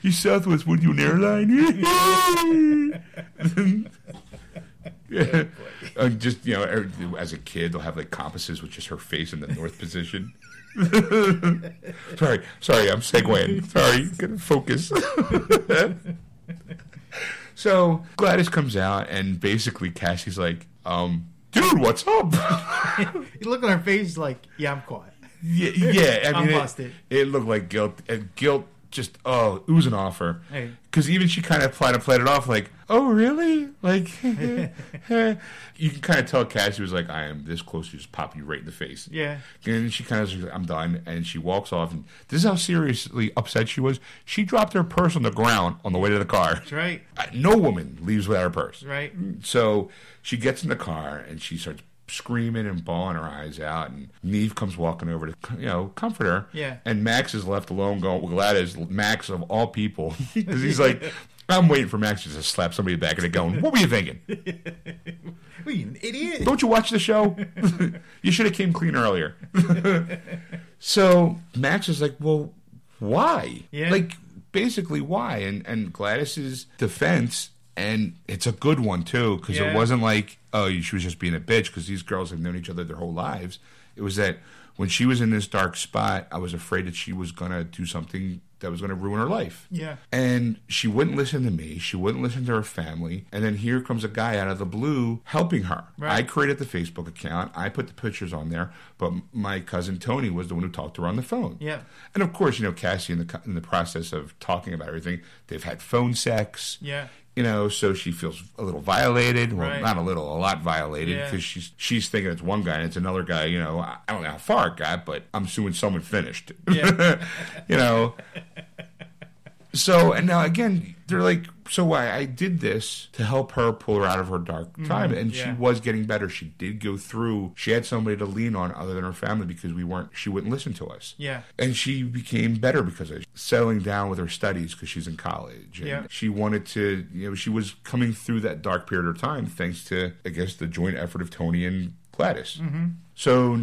S1: you Southwest. Would you an airline? Yeah. Uh, just you know, er- as a kid, they'll have like compasses with just her face in the north position. sorry, sorry, I'm segueing. Sorry, gotta focus. so Gladys comes out, and basically Cassie's like, um, "Dude, what's up?"
S2: you look on her face like, yeah, I'm caught.
S1: yeah, yeah, I
S2: I'm
S1: mean,
S2: busted.
S1: it, it looked like guilt, and guilt just oh oozing off her.
S2: Hey.
S1: Because even she kind of played, played it off like, "Oh, really?" Like, you can kind of tell Cassie was like, "I am this close to just pop you right in the face."
S2: Yeah.
S1: And she kind of says, "I'm done," and she walks off. And this is how seriously upset she was. She dropped her purse on the ground on the way to the car.
S2: That's right.
S1: Uh, No woman leaves without her purse.
S2: That's right.
S1: So she gets in the car and she starts screaming and bawling her eyes out. And Neve comes walking over to you know comfort her.
S2: Yeah.
S1: And Max is left alone. Going well, that is Max of all people because he's like. I'm waiting for Max to just slap somebody back in the going, What were you thinking?
S2: What are you, an idiot?
S1: Don't you watch the show? you should have came clean earlier. so Max is like, well, why?
S2: Yeah.
S1: Like, basically, why? And and Gladys's defense, and it's a good one too, because
S2: Yeah.
S1: it wasn't like, oh, she was just being a bitch, because these girls have known each other their whole lives. It was that when she was in this dark spot, I was afraid that she was gonna do something that was gonna ruin her life.
S2: Yeah.
S1: And she wouldn't listen to me. She wouldn't listen to her family. And then here comes a guy out of the blue helping her.
S2: Right.
S1: I created the Facebook account. I put the pictures on there. But my cousin Tony was the one who talked to her on the phone.
S2: Yeah.
S1: And of course, you know, Cassie, in the, co- in the process of talking about everything, they've had phone sex.
S2: Yeah.
S1: You know, so she feels a little violated. Well,
S2: Right.
S1: not a little, a lot violated
S2: Yeah.
S1: because she's she's thinking it's one guy and it's another guy. You know, I, I don't know how far it got, but I'm assuming someone finished.
S2: Yeah.
S1: you know, so and now again, they're like, so why I did this to help her pull her out of her dark time, and she
S2: Mm-hmm. yeah.
S1: was getting better. She did go through. She had somebody to lean on other than her family because we weren't. She wouldn't listen to us.
S2: Yeah.
S1: And she became better because of it. settling down with her studies because she's in college. And
S2: Yeah.
S1: She wanted to, you know, she was coming through that dark period of time thanks to, I guess, the joint effort of Tony and Gladys. Mm-hmm. So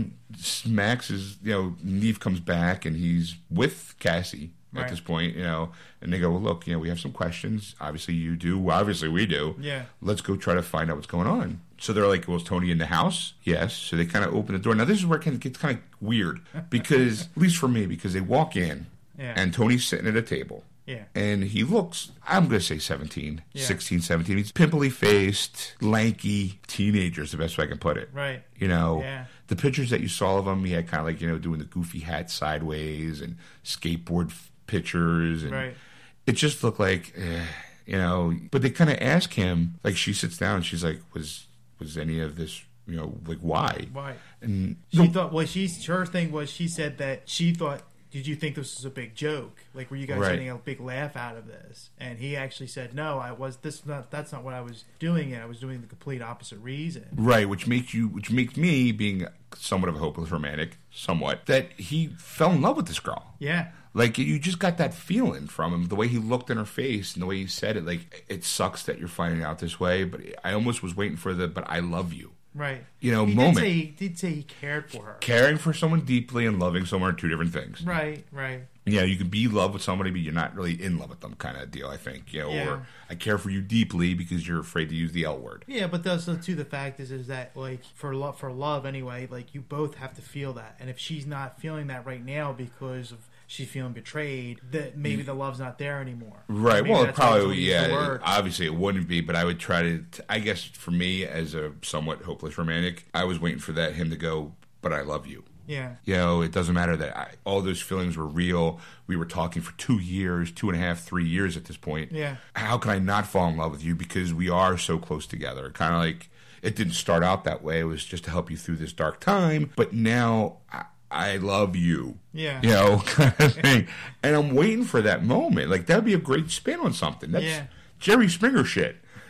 S1: Max is, you know, Neve comes back and he's with Cassie
S2: Right.
S1: at this point, you know, and they go, well, look, you know, we have some questions. Obviously, you do. Well, obviously, we do.
S2: Yeah.
S1: Let's go try to find out what's going on. So they're like, well, is Tony in the house? Yes. So they kind of open the door. Now, this is where it kind of gets kind of weird because, at least for me, because they walk in
S2: Yeah.
S1: and Tony's sitting at a table.
S2: Yeah.
S1: And he looks, I'm going to say 17,
S2: Yeah.
S1: 16, 17. He's pimply faced, lanky teenager is the best way I can put it.
S2: Right.
S1: You know,
S2: Yeah.
S1: the pictures that you saw of him, he had kind of like, you know, doing the goofy hat sideways and skateboard f- pictures. And
S2: Right.
S1: it just looked like, eh, you know, but they kind of ask him, like, she sits down and she's like, was, was any of this, you know, like, why?
S2: Why?
S1: And
S2: She thought. Well, she's her thing was she said that she thought. Did you think this was a big joke? Like, were you guys
S1: Right.
S2: getting a big laugh out of this? And he actually said, "No, I was. This not. That's not what I was doing. And I was doing the complete opposite reason."
S1: Right, which makes you, which makes me being somewhat of a hopeless romantic, somewhat that he fell in love with this girl.
S2: Yeah.
S1: Like you just got that feeling from him, the way he looked in her face and the way he said it. Like it sucks that you're finding out this way, but I almost was waiting for the "but I love you,"
S2: Right.
S1: you know,
S2: He
S1: moment.
S2: Did say, he did say he cared for her.
S1: Caring for someone deeply and loving someone are two different things.
S2: Right. Right.
S1: Yeah, you can be in love with somebody, but you're not really in love with them, kind of deal. I think, you know,
S2: Yeah.
S1: or I care for you deeply because you're afraid to use the L word.
S2: Yeah, but also too the fact is is that like for love for love anyway, like you both have to feel that, and if she's not feeling that right now because of she's feeling betrayed. That maybe the love's not there anymore.
S1: Right.
S2: Maybe
S1: well, it
S2: that's why it's
S1: probably
S2: only
S1: yeah.
S2: used to
S1: it-
S2: work.
S1: obviously, it wouldn't be, but I would try to. t- I guess for me, as a somewhat hopeless romantic, I was waiting for that him to go. But I love you.
S2: yeah.
S1: You know, it doesn't matter that I, all those feelings were real. We were talking for two years, two and a half, three years at this point.
S2: Yeah.
S1: How can I not fall in love with you because we are so close together? Kind of like it didn't start out that way. It was just to help you through this dark time. But now I, I love you
S2: Yeah.
S1: you know, kind of thing. And I'm waiting for that moment. Like that'd be a great spin on something. That's
S2: Yeah.
S1: Jerry Springer shit.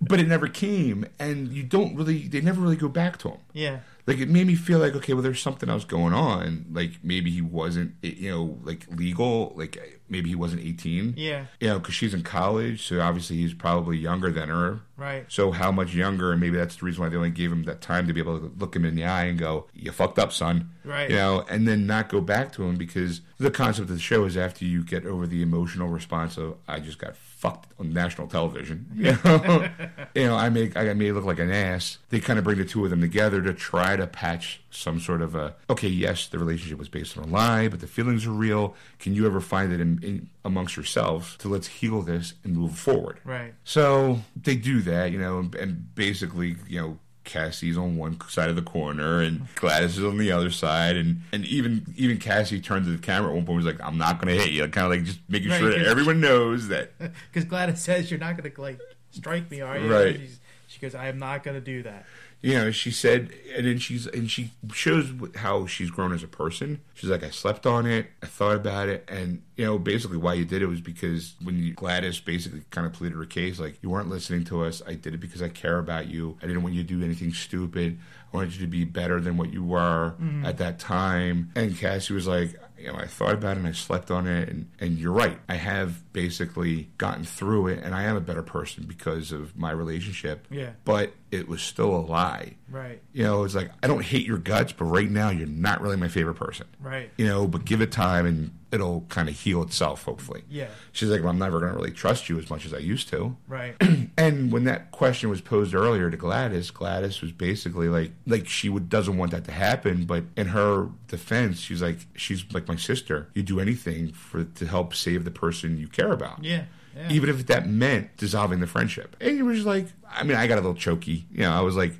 S1: but it never came, and you don't really. They never really go back to him.
S2: Yeah.
S1: Like it made me feel like okay, well, there's something else going on. Like maybe he wasn't, eh, you know, like legal. Like eh, maybe he wasn't 18.
S2: Yeah.
S1: You know, because she's in college, so obviously he's probably younger than her.
S2: Right.
S1: So how much younger? And maybe that's the reason why they only gave him that time to be able to look him in the eye and go, "You fucked up, son."
S2: Right.
S1: You know, and then not go back to him because the concept of the show is after you get over the emotional response of "I just got fucked on national television." You know, you know I make I may look like an ass. They kind of bring the two of them together to try to patch some sort of a okay. Yes, the relationship was based on a lie, but the feelings are real. Can you ever find it in, in amongst yourselves to let's heal this and move forward?
S2: Right.
S1: So they do that, you know, and, and basically, you know, Cassie's on one side of the corner and Gladys is on the other side, and and even even Cassie turned to the camera at one point and was like, "I'm not gonna hit you," kind of like just making
S2: Right,
S1: sure that
S2: 'cause-
S1: everyone knows that.
S2: Because Gladys says you're not gonna like strike me, are you?
S1: Right.
S2: She's, she goes, I am not gonna do that.
S1: You know, she said, and then she's and she shows wh- how she's grown as a person. She's like, "I slept on it, I thought about it, and you know, basically why you did it was because when you, Gladys basically kind of pleaded her case, like you weren't listening to us. I did it because I care about you. I didn't want you to do anything stupid. I wanted you to be better than what you were at that time." And Cassie was like, you know, I thought about it and I slept on it. And, and you're right. I have basically gotten through it and I am a better person because of my relationship.
S2: Yeah.
S1: But it was still a lie.
S2: Right.
S1: You know, it's like, I don't hate your guts, but right now you're not really my favorite person.
S2: Right.
S1: You know, but give it time and it'll kind of heal itself, hopefully.
S2: Yeah.
S1: She's like, well, I'm never going to really trust you as much as I used to.
S2: Right.
S1: And when that question was posed earlier to Gladys, Gladys was basically like, like she would, doesn't want that to happen. But in her defense, she's like, she's like my sister. You do anything for to help save the person you care about.
S2: Yeah. Yeah.
S1: Even if that meant dissolving the friendship. And you were just like, I mean, I got a little choky. You know, I was like,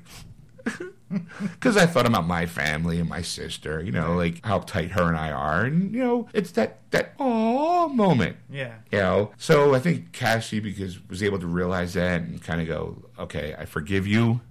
S1: because I thought about my family and my sister, you know, like how tight her and I are. And, you know, it's that, that, aw moment
S2: yeah.
S1: you know so i think cassie because was able to realize that and kind of go okay i forgive you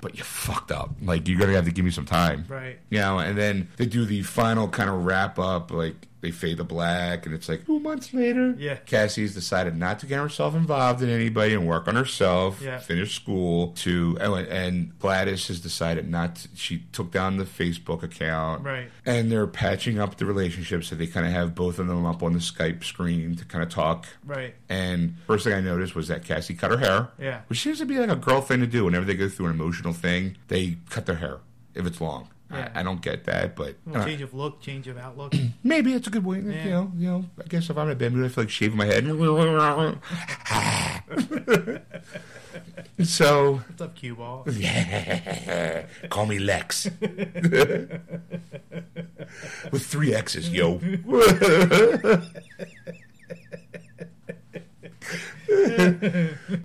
S1: but you fucked up like you're gonna have to give me some time
S2: Right.
S1: you know and then they do the final kind of wrap up like they fade to black and it's like two months later
S2: Yeah.
S1: cassie's decided not to get herself involved in anybody and work on herself
S2: Yeah.
S1: finish school to oh, and, and gladys has decided not to, she took down the facebook account
S2: Right.
S1: and they're patching up the relationship so they kind of have both of them up on the skype screen to kind of talk
S2: Right.
S1: and first thing i noticed was that cassie cut her hair
S2: Yeah.
S1: which seems to be like a girl thing to do whenever they go through an emotional thing they cut their hair if it's long
S2: Yeah.
S1: I, I don't get that but
S2: Well,
S1: uh,
S2: change of look, change of outlook.
S1: maybe it's a good way
S2: Yeah.
S1: you know you know i guess if i'm in a bad mood i feel like shaving my head so
S2: What's up, cue ball?
S1: Call me Lex. With three X's, yo.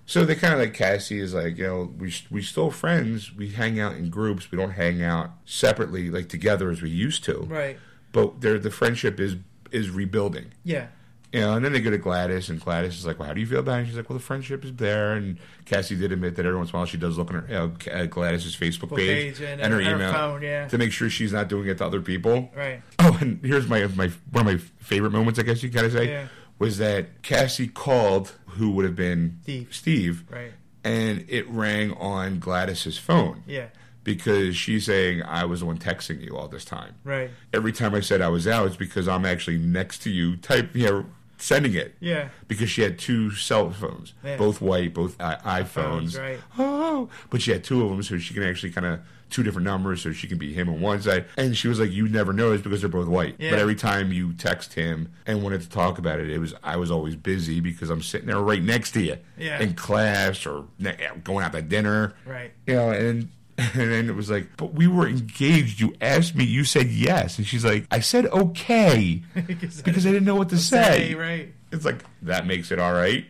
S1: so they kind of like Cassie is like, you know, we we still friends. We hang out in groups. We don't hang out separately like together as we used to.
S2: Right.
S1: But there, the friendship is is rebuilding.
S2: Yeah.
S1: You know, and then they go to Gladys, and Gladys is like, "Well, how do you feel about it?" She's like, "Well, the friendship is there." And Cassie did admit that every once in a while she does look on her uh, G- uh, Gladys's Facebook
S2: Book
S1: page,
S2: page and,
S1: and her
S2: her
S1: email
S2: phone, yeah.
S1: to make sure she's not doing it to other people.
S2: Right.
S1: Oh, and here's my my one of my favorite moments, I guess you kind of say,
S2: Yeah.
S1: was that Cassie called who would have been
S2: Steve.
S1: Steve,
S2: Right.
S1: and it rang on Gladys's phone
S2: Yeah.
S1: because she's saying, "I was the one texting you all this time."
S2: Right.
S1: Every time I said I was out, it's because I'm actually next to you, type, you know, sending it
S2: Yeah.
S1: because she had two cell phones,
S2: Yeah.
S1: both white, both I- iPhones.
S2: iPhones, right.
S1: Oh, but she had two of them, so she can actually kind of two different numbers, so she can be him on one side. And she was like, "You never notice because they're both white."
S2: Yeah.
S1: But every time you text him and wanted to talk about it, it was I was always busy because I'm sitting there right next to you
S2: Yeah.
S1: in class or ne- going out to dinner,
S2: Right.
S1: you know, and. And then it was like, but we were engaged. You asked me. You said yes. And she's like, I said okay
S2: Because I
S1: because I didn't know what to say.
S2: Say, right.
S1: It's like, that makes it all right.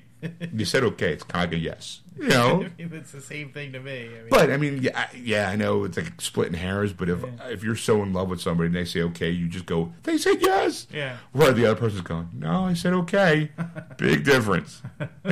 S1: You said okay. It's kind of yes. You know?
S2: I mean, it's the same thing to me. I mean,
S1: But I mean, yeah, I, yeah, I know it's like splitting hairs. But if if you're so in love with somebody and they say okay, you just go. They said yes.
S2: Yeah.
S1: Where the other person's going, no, I said okay. Big difference.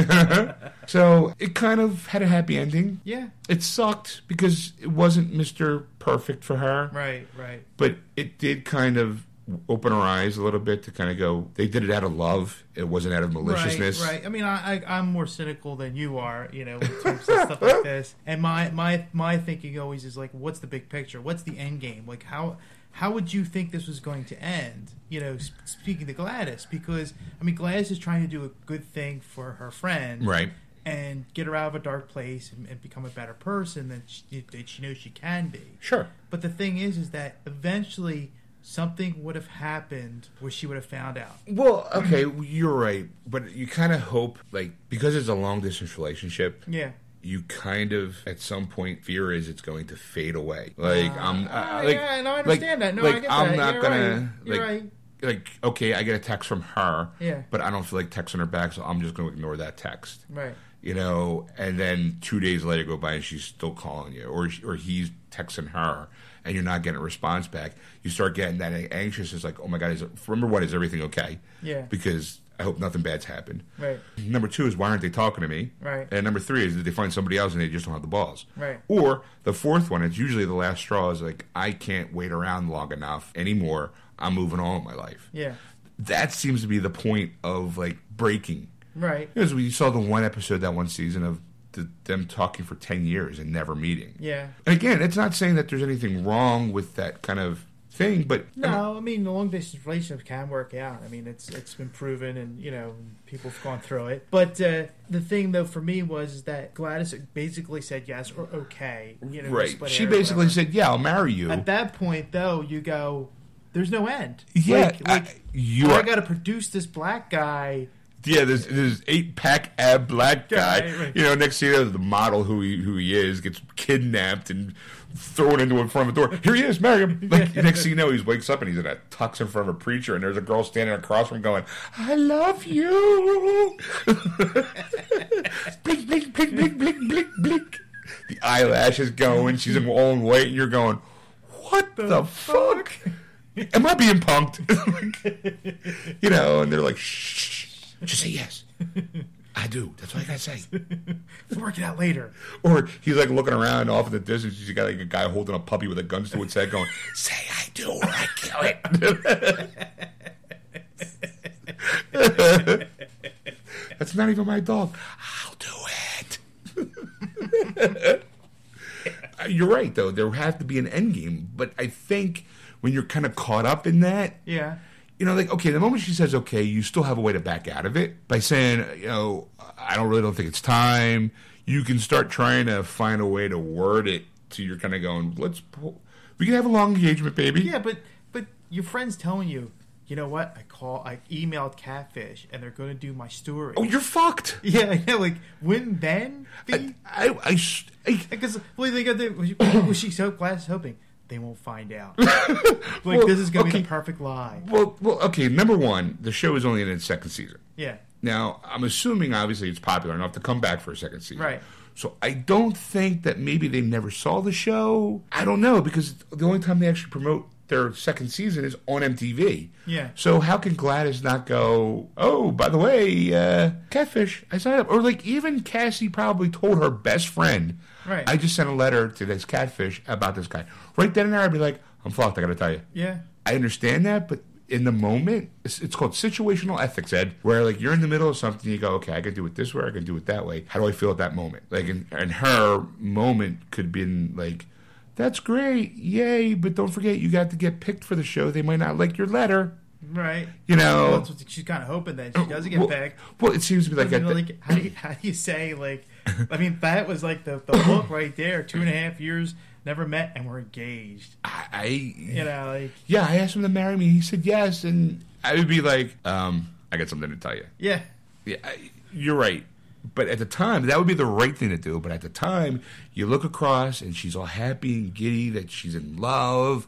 S1: so it kind of had a happy ending.
S2: yeah,
S1: It sucked because it wasn't Mister Perfect for her,
S2: right, right.
S1: but it did kind of open her eyes a little bit to kind of go. They did it out of love. It wasn't out of maliciousness.
S2: Right, right. I mean, I, I, I'm more cynical than you are, you know, in terms of stuff like this. And my, my, my thinking always is like, what's the big picture? What's the end game? Like, how, how would you think this was going to end? You know, sp- speaking to Gladys, because I mean, Gladys is trying to do a good thing for her friend,
S1: Right.
S2: And get her out of a dark place and, and become a better person than she, that she knows she can be.
S1: Sure.
S2: But the thing is, is that eventually something would have happened where she would have found out.
S1: Well, okay, you're right, but you kind of hope, like, because it's a long distance relationship,
S2: Yeah.
S1: you kind of, at some point, fear is it's going to fade away. Like, I'm,
S2: Ah,
S1: uh, like,
S2: yeah, no, I
S1: like-
S2: understand that. No, I
S1: like,
S2: get
S1: I'm
S2: that.
S1: not
S2: You're
S1: gonna,
S2: right. You're
S1: like,
S2: right.
S1: like, okay, I get a text from her,
S2: Yeah.
S1: but I don't feel like texting her back, so I'm just going to ignore that text.
S2: Right.
S1: You know, and then two days later go by and she's still calling you, or or he's texting her, and you're not getting a response back. You start getting that anxious. It's like, oh my god, is it, remember what? Is everything okay?
S2: Yeah.
S1: Because I hope nothing bad's happened.
S2: Right.
S1: Number two is why aren't they talking to me?
S2: Right.
S1: And number three is that they find somebody else and they just don't have the balls.
S2: Right.
S1: Or the fourth one, it's usually the last straw is like, I can't wait around long enough anymore. I'm moving on with my life.
S2: Yeah.
S1: That seems to be the point of like breaking.
S2: Right.
S1: Because we saw the one episode that one season of the, them talking for 10 years and never meeting.
S2: Yeah.
S1: And again, it's not saying that there's anything wrong with that kind of thing, but
S2: No, I mean the long distance relationships can work out. I mean it's it's been proven, and you know people have gone through it. But uh, the thing though for me was that Gladys basically said yes or okay. You know,
S1: right.
S2: split
S1: She
S2: hair or
S1: basically
S2: whatever.
S1: said, Yeah, I'll marry you.
S2: At that point though, you go, there's no end.
S1: yeah.
S2: Like, like
S1: I, you
S2: I
S1: are-
S2: got to produce this black guy.
S1: Yeah, this this eight pack ab black guy.
S2: Right, right.
S1: You know, next thing you know, the model who he who he is gets kidnapped and thrown into in front of a door. Here he is, marry him. Like next thing you know, he wakes up and he's in a tux in front of a preacher, and there's a girl standing across from him going, "I love you." blink, blink, blink, blink, blink, blink, blink. The eyelash is going. She's in all in white, and you're going, "What the, fuck? Am I being punked?" you know, and they're like, "Shh, just say yes." I do. That's what I gotta say.
S2: We'll work it out later.
S1: Or he's like looking around off in the distance. You got like a guy holding a puppy with a gun to its head, going, "Say I do, or I kill it." That's not even my dog. I'll do it. Uh, You're right, though. There have to be an end game, but I think when you're kind of caught up in that,
S2: Yeah.
S1: you know, like okay, the moment she says okay, you still have a way to back out of it by saying, you know, I don't really don't think it's time. You can start trying to find a way to word it to you're kind of going, let's pull, we can have a long engagement, baby.
S2: Yeah, but but your friend's telling you, you know what? I call, I emailed Catfish, and they're going to do my story.
S1: Oh, you're fucked.
S2: Yeah, I know. Like when then?
S1: I, I, I, sh- I
S2: Because well, they got the was she so glass hoping they won't find out. like this is gonna be
S1: okay.
S2: the perfect lie.
S1: well, well, okay. Number one, the show is only in its second season.
S2: Yeah,
S1: Now, I'm assuming obviously it's popular enough to come back for a second season.
S2: Right.
S1: So I don't think that maybe they never saw the show. I don't know because the only time they actually promote their second season is on MTV.
S2: Yeah.
S1: So how can Gladys not go, "Oh, by the way, uh, Catfish, I signed up." Or like even Cassie probably told her best friend,
S2: Right.
S1: I just sent a letter to this Catfish about this guy." Right then and there I'd be like, "I'm fucked, I got to tell you."
S2: yeah,
S1: I understand that, but in the moment, it's, it's called situational ethics, Ed, where like you're in the middle of something, you go, okay, I can do it this way, I can do it that way. How do I feel at that moment? Like, in, and her moment could be in like, that's great, yay, but don't forget, you got to get picked for the show. They might not like your letter,
S2: right.
S1: you know. Oh,
S2: Well, that's what she's kind of hoping that she doesn't get
S1: well,
S2: back.
S1: Well, it seems to be like,
S2: I mean,
S1: at the-
S2: like how do you, how do you say like? I mean, that was like the the hook right there. Two and a half years, never met, and we're engaged.
S1: I, I
S2: You know, like
S1: yeah, I asked him to marry me. He said yes, and I would be like, um, I got something to tell you.
S2: yeah,
S1: Yeah, I, you're right. But at the time, that would be the right thing to do. But at the time, you look across and she's all happy and giddy that she's in love.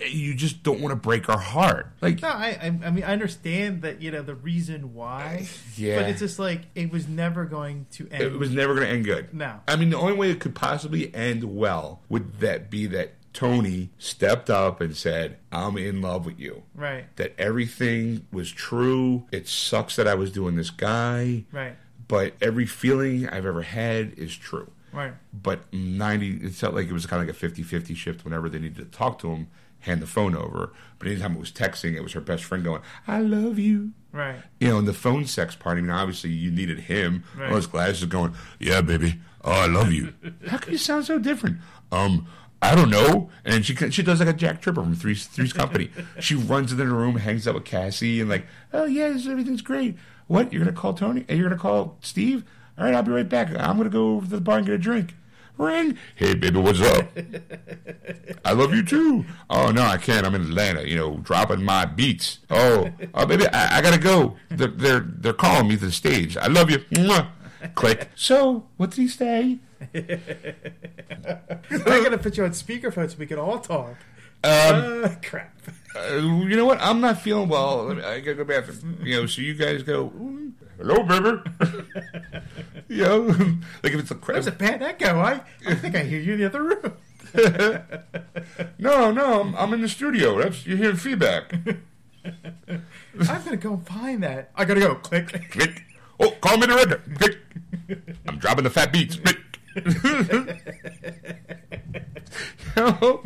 S1: eh, You just don't want to break her heart. Like,
S2: No, I, I, I mean, I understand that you know the reason why.
S1: Yeah.
S2: But it's just like it was never going to end.
S1: it was never going to end good.
S2: No.
S1: I mean, the only way it could possibly end well would that be that Tony stepped up and said, I'm in love with you.
S2: right,
S1: That everything was true. It sucks that I was doing this guy,
S2: right,
S1: but every feeling I've ever had is true.
S2: right,
S1: But 90, it felt like it was kind of like a 50 50 shift whenever they needed to talk to him, hand the phone over. But anytime it was texting, it was her best friend going, I love you
S2: right.
S1: you know, in the phone sex part, I mean, obviously you needed him.
S2: Right.
S1: All his glasses going, yeah, baby, oh, I love you. How can you sound so different? Um, I don't know. And she she does like a Jack Tripper from Three's, Three's Company. she runs into the room, hangs out with Cassie, and like, oh yeah, this, everything's great. What you're gonna call Tony? And You're gonna call Steve? All right, I'll be right back. I'm gonna go over to the bar and get a drink. Ring. Hey, baby, what's up? I love you too. Oh no, I can't. I'm in Atlanta. You know, dropping my beats. Oh, oh baby, I, I gotta go. They're, they're they're calling me to the stage. I love you. Mwah. Click. So, what did he say?
S2: I gotta put you on speakerphone so we can all talk. uh, crap.
S1: Uh, you know what? I'm not feeling well. Let me, I gotta go to the bathroom. You know, so you guys go. "Mm, Hello, baby. you know, like if it's a
S2: That was a
S1: crap.
S2: bad echo. I, I think I hear you in the other room.
S1: No, no, I'm, I'm in the studio. That's you're hearing feedback.
S2: I'm gonna go and find that. I gotta go. Click.
S1: Click. Oh, call me the director. Click. I'm dropping the fat beats. Click. you know?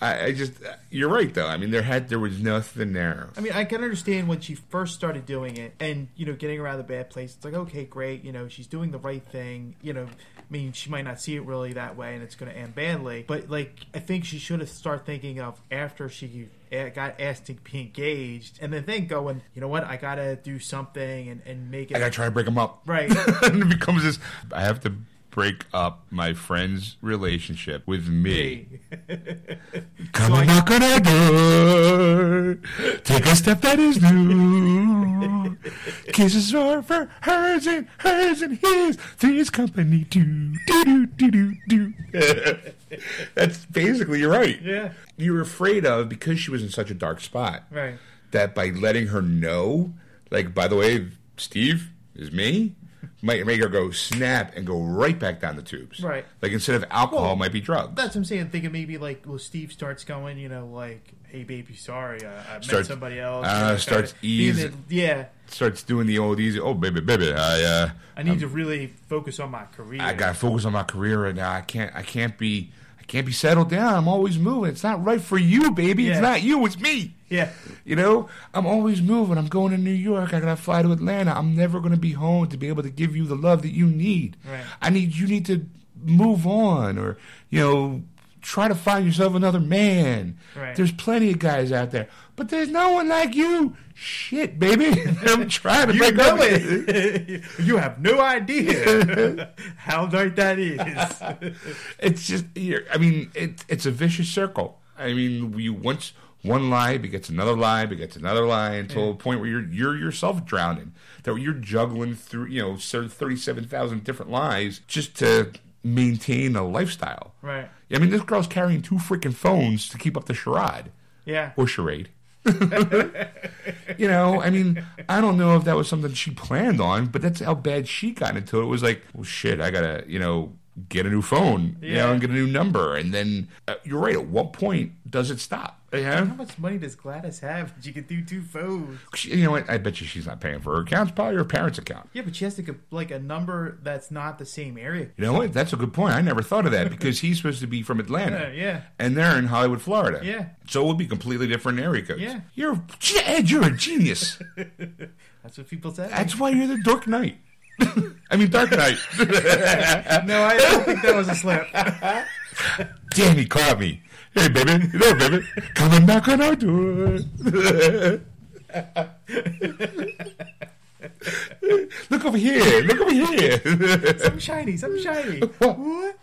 S1: I, I just, you're right though. I mean, there had there was nothing there.
S2: I mean, I can understand when she first started doing it and, you know, getting her out of the bad place. It's like, okay, great. You know, she's doing the right thing. You know, I mean, she might not see it really that way and it's going to end badly. But, like, I think she should have started thinking of after she a- got asked to be engaged and then think going, you know what, I got to do something and, and make
S1: I gotta
S2: it.
S1: try to break them up.
S2: Right.
S1: and it becomes this. I have to break up my friend's relationship with me. Come and knock on our door. Take a step that is new. Kisses are for hers and hers and his. Three's company too. Do do do do do. That's basically you're right.
S2: Yeah.
S1: You were afraid of because she was in such a dark spot
S2: Right.
S1: that by letting her know, like, by the way, Steve is me, might make her go snap and go right back down the tubes.
S2: Right.
S1: Like, instead of alcohol,
S2: Well,
S1: might be drugs.
S2: That's what I'm saying. Thinking maybe like, well, Steve starts going, you know, like, "Hey, baby, sorry, I, I met
S1: Starts-
S2: somebody else."
S1: uh, starts
S2: Being
S1: ease-
S2: that- Yeah,
S1: Starts doing the old easy, oh, baby, baby, I, uh,
S2: I need to really focus on my career.
S1: I gotta focus on my career right now. I can't, I can't be, I can't be settled down. I'm always moving. It's not right for you, baby.
S2: Yeah.
S1: It's not you, it's me.
S2: Yeah,
S1: You know, I'm always moving. I'm going to New York. I gotta fly to Atlanta. I'm never gonna be home to be able to give you the love that you need.
S2: Right.
S1: I need you need to move on, or you know, try to find yourself another man.
S2: Right.
S1: There's plenty of guys out there, but there's no one like you. Shit, baby, I'm trying to
S2: you
S1: break
S2: know
S1: up.
S2: it. you have no idea how dark that is.
S1: It's just, you're, I mean, it, it's a vicious circle. I mean, you once one lie begets another lie begets another lie until a point where you're you're yourself drowning. That you're juggling through, you know, thirty-seven thousand different lies just to maintain a lifestyle.
S2: right.
S1: I mean, this girl's carrying two freaking phones to keep up the charade
S2: Yeah.
S1: or charade. you know, I mean, I don't know if that was something she planned on, but that's how bad she got into it. It was like, well, shit, I gotta, you know, get a new phone, you know,
S2: Yeah.
S1: and get a new number, and then uh, you're right. At what point does it stop? Yeah,
S2: How much money does Gladys have? that She could do two phones.
S1: She- you know what? I bet you she's not paying for her account. It's probably her parents' account.
S2: Yeah, but she has to get like a number that's not the same area.
S1: You know what? That's a good point. I never thought of that because he's supposed to be from Atlanta.
S2: Yeah, Uh, yeah.
S1: And they're in Hollywood, Florida.
S2: Yeah.
S1: So it would be completely different area codes.
S2: Yeah.
S1: You're, Ed, you're a genius.
S2: That's what people say.
S1: That's why you're the Dark Knight. I mean, Dark Knight.
S2: no, I don't think that was a slip.
S1: Damn, he caught me. Hey, baby. Hello, baby. Come and knock on our door. Look over here. Look over here.
S2: Some shiny, some shiny. what?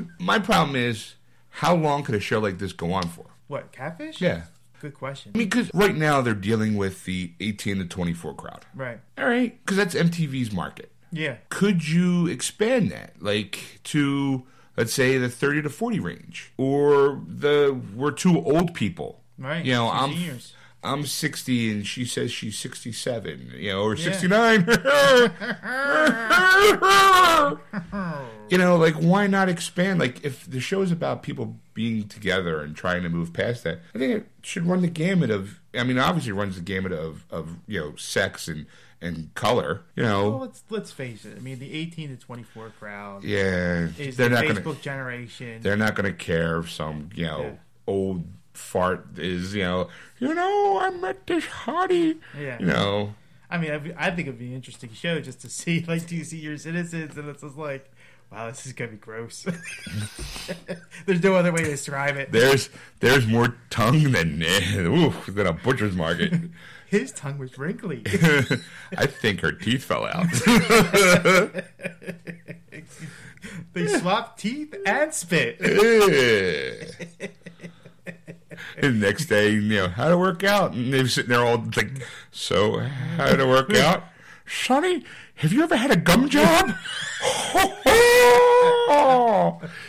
S1: My problem is, how long could a show like this go on for?
S2: What? Catfish?
S1: Yeah.
S2: Good question.
S1: I mean, because right now they're dealing with the 18 to 24 crowd.
S2: Right.
S1: All right. Because that's MTV's market.
S2: Yeah.
S1: could you expand that like to let's say the 30 to 40 range or the we're two old people
S2: Right.
S1: you know i'm
S2: Seniors.
S1: i'm 60 and she says she's 67 you know or 69 you know like why not expand like if the show is about people being together and trying to move past that i think it should run the gamut of i mean obviously it runs the gamut of of you know sex and and color you know
S2: Well, let's let's face it. I mean, the 18 to 24 crowd
S1: yeah,
S2: is
S1: they're
S2: the
S1: not
S2: Facebook
S1: gonna
S2: generation.
S1: they're not gonna care if some you know
S2: Yeah.
S1: old fart is you know you know I met this hottie
S2: Yeah.
S1: you know
S2: I mean, I'd- I think it'd be an interesting show just to see, like, do you see your citizens? And it's just like, wow, this is gonna be gross. There's no other way to describe it.
S1: there's there's more tongue than ooh, than a butcher's market.
S2: His tongue was wrinkly.
S1: I think her teeth fell out.
S2: they swapped teeth and spit.
S1: and the next day, you know how to work out, and they're sitting there all like, so how to work out, Sonny? Have you ever had a gum job?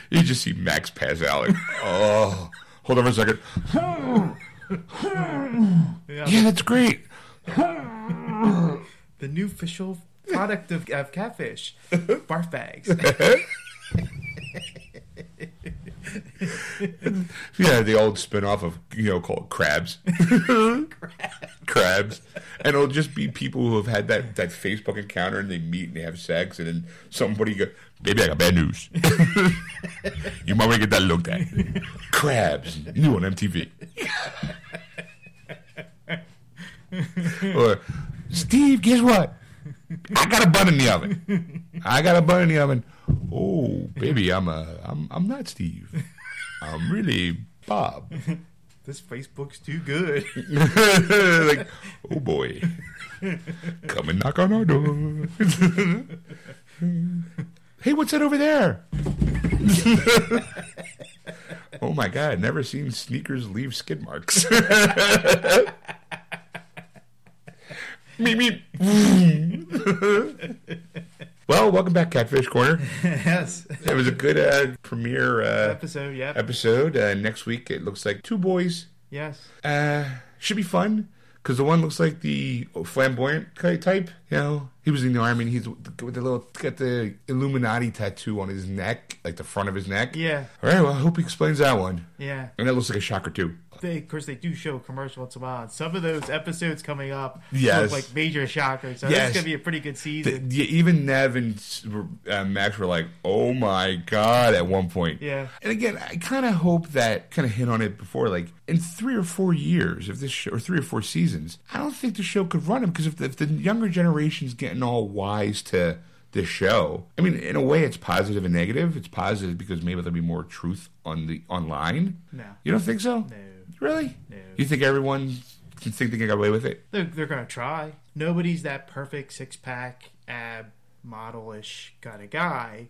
S1: you just see Max pass out. Like, oh, hold on for a second. yeah, that's great.
S2: The new official product of, of catfish, barf bags.
S1: Yeah, the old spin-off of you know called crabs. crabs. And it'll just be people who have had that, that Facebook encounter and they meet and they have sex and then somebody go, Baby, I got bad news. you might want to get that looked at. Crabs, new on MTV. or Steve, guess what? I got a bun in the oven. I got a bun in the oven. Oh, baby, I'm a I'm I'm not Steve. I'm really Bob.
S2: This Facebook's too good.
S1: like, oh boy, come and knock on our door. hey, what's that over there? oh my god, never seen sneakers leave skid marks. meep, meep. well, welcome back, Catfish Corner.
S2: yes.
S1: It was a good uh, premiere uh,
S2: Episode, yep.
S1: episode. Uh, next week, it looks like two boys
S2: yes.
S1: uh, should be fun because the one looks like the flamboyant ki- type. You know, he was in the army. And he's with the little got the Illuminati tattoo on his neck, like the front of his neck.
S2: Yeah.
S1: All right. Well, I hope he explains that one.
S2: Yeah.
S1: And that looks like a shocker too.
S2: They, of course, they do show commercial once in a while. And some of those episodes coming up
S1: Yes.
S2: look like major shockers. So
S1: Yes.
S2: this is going to be a pretty good season.
S1: Th- yeah, even Nev and S- uh, Max were like, "Oh my god!" At one point.
S2: Yeah.
S1: And again, I kind of hope that kind of hit on it before. Like in three or four years, if this show, or three or four seasons, I don't think the show could run it because if the, if the younger generation's getting all wise to the show, I mean, in a way, it's positive and negative. It's positive because maybe there'll be more truth on the online.
S2: No.
S1: You don't think so? No. Really?
S2: No.
S1: You think everyone can think they can get away with it?
S2: They're, they're going to try. Nobody's that perfect six pack, ab, model ish kind of guy.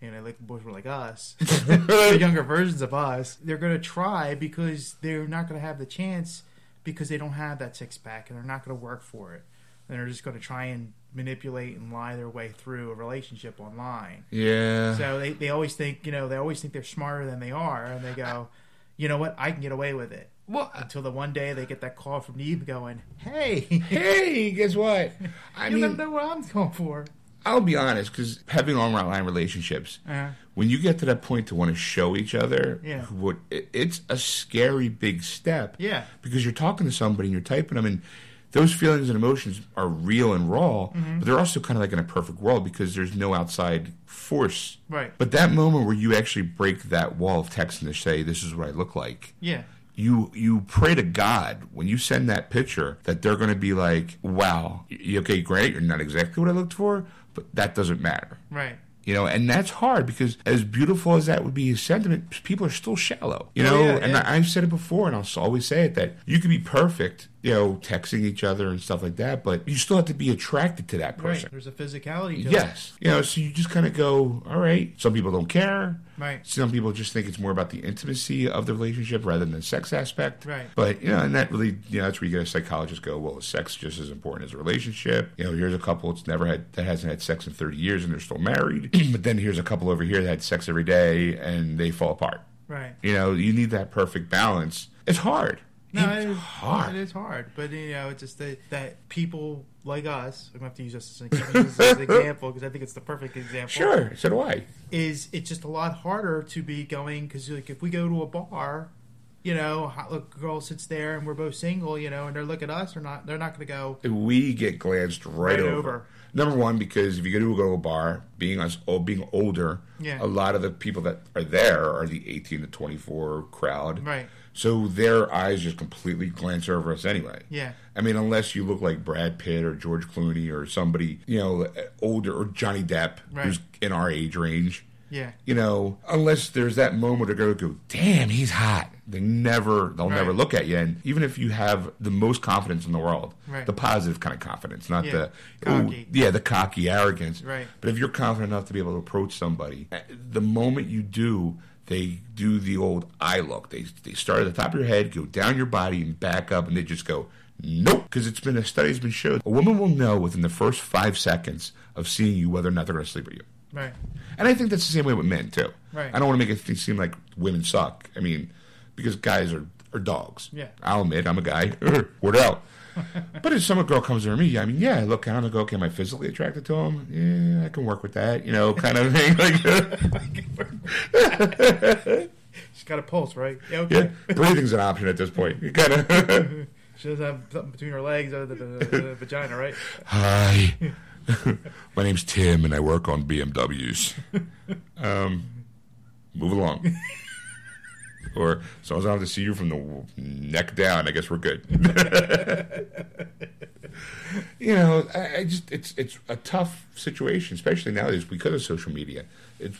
S2: You know, like boys were like us, the younger versions of us. They're going to try because they're not going to have the chance because they don't have that six pack and they're not going to work for it. And they're just going to try and manipulate and lie their way through a relationship online.
S1: Yeah.
S2: So they, they always think, you know, they always think they're smarter than they are. And they go, you know what? I can get away with it.
S1: well,
S2: Until the one day they get that call from Neve going, hey,
S1: hey, guess what? I
S2: you
S1: mean,
S2: don't know what I'm going for.
S1: I'll be honest, because having online relationships,
S2: Uh-huh.
S1: when you get to that point to want to show each other,
S2: Yeah.
S1: what it, it's a scary big step.
S2: Yeah.
S1: because you're talking to somebody and you're typing them, and those feelings and emotions are real and raw,
S2: Mm-hmm.
S1: but they're also kind of like in a perfect world because there's no outside force.
S2: Right.
S1: But that moment where you actually break that wall of text and to say, "This is what I look like."
S2: Yeah.
S1: you you pray to God when you send that picture that they're going to be like, "Wow, y- okay, great, you're not exactly what I looked for, but that doesn't matter."
S2: Right.
S1: You know, and that's hard because as beautiful as that would be his sentiment, people are still shallow. You
S2: Oh,
S1: know,
S2: yeah,
S1: and
S2: yeah.
S1: I, I've said it before, and I'll s- always say it that you could be perfect you know, texting each other and stuff like that, but you still have to be attracted to that
S2: Right.
S1: person.
S2: There's a physicality to it.
S1: Yes. You know, so you just kind of go, all right. Some people don't care.
S2: Right.
S1: Some people just think it's more about the intimacy of the relationship rather than the sex aspect.
S2: Right.
S1: But, you know, and that really, you know, that's where you get a psychologist go, well, is sex just as important as a relationship. You know, here's a couple that's never had, that hasn't had sex in 30 years and they're still married. but then here's a couple over here that had sex every day and they fall apart.
S2: Right.
S1: You know, you need that perfect balance. It's hard.
S2: No,
S1: it's
S2: it is
S1: hard.
S2: It is hard, but you know, it's just that, that people like us. I'm gonna have to use this as an- use this as an example because I think it's the perfect example.
S1: Sure. So do I.
S2: is it's just a lot harder to be going because like if we go to a bar, you know, hot look girl sits there and we're both single, you know, and they're look at us or not, they're not going to go
S1: we get glanced right,
S2: Right
S1: over.
S2: over.
S1: Number one, because if you go to a go to a bar, being us oh, being older,
S2: Yeah.
S1: a lot of the people that are there are the eighteen to twenty four crowd.
S2: right,
S1: So their eyes just completely glance over us anyway.
S2: yeah,
S1: I mean, unless you look like Brad Pitt or George Clooney or somebody, you know, older or Johnny Depp,
S2: Right.
S1: who's in our age range.
S2: yeah,
S1: You know, unless there's that moment to go, go, damn, he's hot. They never, they'll
S2: Right.
S1: never look at you. And even if you have the most confidence in the world,
S2: Right.
S1: the positive kind of confidence, not
S2: Yeah.
S1: the
S2: Cocky.
S1: yeah, the cocky arrogance.
S2: Right.
S1: But if you're confident enough to be able to approach somebody, eh, the moment you do, they do the old eye look. They they start at the top of your head, go down your body, and back up, and they just go. Nope, because it's been a study's been showed. A woman will know within the first five seconds of seeing you whether or not they're going to sleep with you.
S2: right,
S1: And I think that's the same way with men too.
S2: Right.
S1: I don't want to make it th- seem like women suck. I mean, because guys are are dogs.
S2: Yeah.
S1: I'll admit I'm a guy. Urgh, Word out. but if some girl comes over me, I mean, yeah, I look at him and go, okay, am I physically attracted to him? Yeah, I can work with that, you know, kind of thing. Like,
S2: she's got a pulse, right? Yeah,
S1: yeah,
S2: okay,
S1: breathing's an option at this point. You kind of,
S2: she doesn't have something between her legs other than the, the vagina, right?
S1: hi, my name's Tim, and I work on BMWs. Um, move along. or as long as I don't have to see you from the w- neck down, I guess we're good. you know, I, I just it's it's a tough situation, especially nowadays because of social media. It's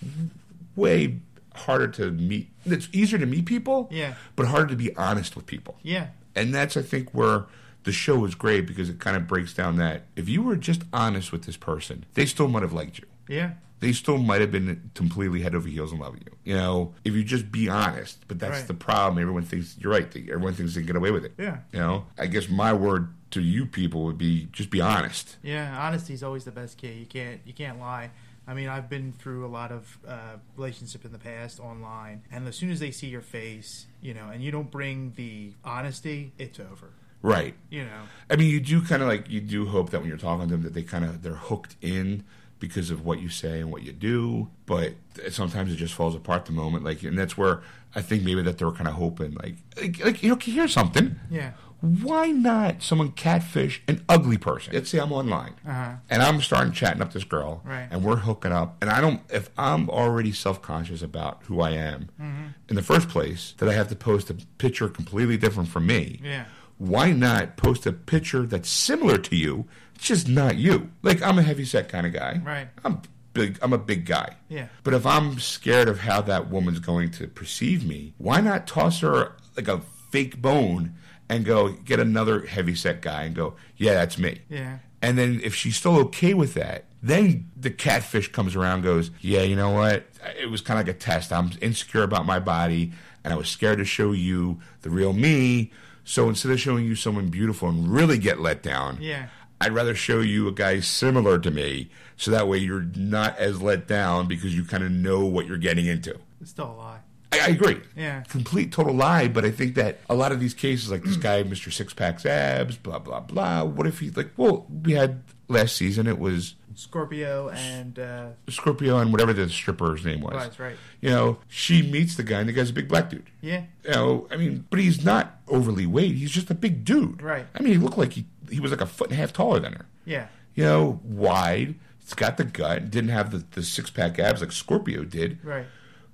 S1: way harder to meet. It's easier to meet people,
S2: Yeah.
S1: but harder to be honest with people.
S2: Yeah,
S1: And that's, I think, where the show is great because it kind of breaks down that if you were just honest with this person, they still might have liked you.
S2: yeah,
S1: They still might have been completely head over heels in love with you. You know, if you just be honest, but that's
S2: Right.
S1: the problem. Everyone thinks you're right. They- Everyone thinks they can get away with it.
S2: yeah,
S1: You know, I guess my word to you people would be just be honest.
S2: yeah. Honesty is always the best key. You can't you can't lie. I mean, I've been through a lot of uh, relationships in the past online, and as soon as they see your face, you know, and you don't bring the honesty, it's over.
S1: Right.
S2: You know,
S1: I mean, you do kind of like you do hope that when you're talking to them that they kind of they're hooked in because of what you say and what you do. But sometimes it just falls apart the moment, like, and that's where I think maybe that they're kind of hoping, like, like, like you know, here's something.
S2: yeah.
S1: Why not someone catfish an ugly person? Let's say I'm online
S2: Uh-huh.
S1: and I'm starting chatting up this girl,
S2: Right.
S1: and we're hooking up. And I don't, if I'm already self conscious about who I am in the first place, that I have to post a picture completely different from me
S2: Yeah.
S1: why not post a picture that's similar to you, it's just not you? Like I'm a heavy set kind of guy.
S2: Right.
S1: I'm big. I'm a big guy.
S2: Yeah.
S1: But if I'm scared of how that woman's going to perceive me, why not toss her like a fake bone and go get another heavy set guy and go, yeah, that's me.
S2: Yeah.
S1: And then if she's still okay with that, then the catfish comes around and goes, Yeah, you know what? It was kind of like a test. I'm insecure about my body and I was scared to show you the real me. So instead of showing you someone beautiful and really get let down,
S2: Yeah.
S1: I'd rather show you a guy similar to me so that way you're not as let down because you kind of know what you're getting into.
S2: It's still a lie.
S1: I, I agree.
S2: Yeah. Mm.
S1: Complete total lie, but I think that a lot of these cases, like this guy, Mr. Six Pack's abs, blah, blah, blah. What if he, like, well, we had last season, it was
S2: Scorpio and uh,
S1: Scorpio and whatever the stripper's name was.
S2: Right, right.
S1: You know, she meets the guy, and the guy's a big black dude.
S2: yeah,
S1: You know, I mean, but he's not overly weight. He's just a big dude.
S2: Right.
S1: I mean, he looked like he, he was like a foot and a half taller than her.
S2: yeah,
S1: You know, wide. It's got the gut. Didn't have the, the six pack abs like Scorpio did.
S2: right,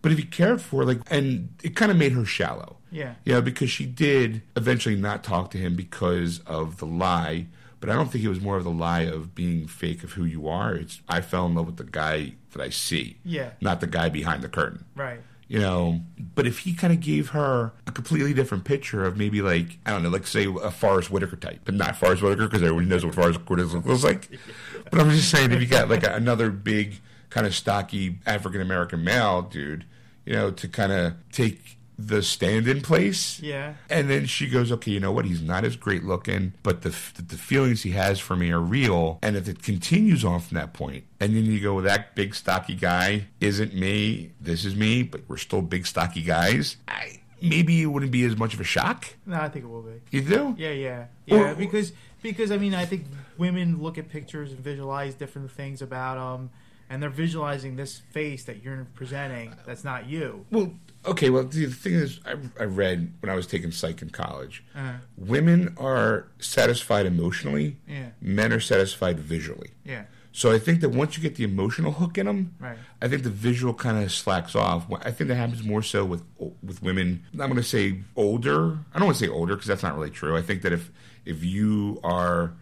S1: But if he cared for her, like, and it kind of made her shallow.
S2: yeah,
S1: You know, because she did eventually not talk to him because of the lie. But I don't think it was more of the lie of being fake of who you are. It's I fell in love with the guy that I see,
S2: yeah,
S1: not the guy behind the curtain.
S2: right,
S1: you know. But if he kind of gave her a completely different picture of maybe like I don't know, like say a Forrest Whitaker type, but not Forrest Whitaker because everyone knows what Forrest Whitaker looks like. But I'm just saying, if you got like a, another big kind of stocky African American male dude, you know, to kind of take the stand-in place,
S2: Yeah.
S1: and then she goes, "Okay, you know what? He's not as great looking, but the the feelings he has for me are real." And if it continues on from that point, and then you go, "That big stocky guy isn't me. This is me, but we're still big stocky guys." I, maybe it wouldn't be as much of a shock.
S2: No, I think it will be.
S1: You do?
S2: Yeah, yeah,
S1: Or-
S2: yeah. Because because I mean, I think women look at pictures and visualize different things about them, and they're visualizing this face that you're presenting that's not you.
S1: Well, okay. Well, the, the thing is, I, I read when I was taking psych in college,
S2: Uh-huh.
S1: women are satisfied emotionally.
S2: Yeah.
S1: Men are satisfied visually.
S2: Yeah,
S1: So I think that once you get the emotional hook in them,
S2: Right.
S1: I think the visual kind of slacks off. Wh- I think that happens more so with with women. I'm going to say older. I don't want to say older because that's not really true. I think that if if you are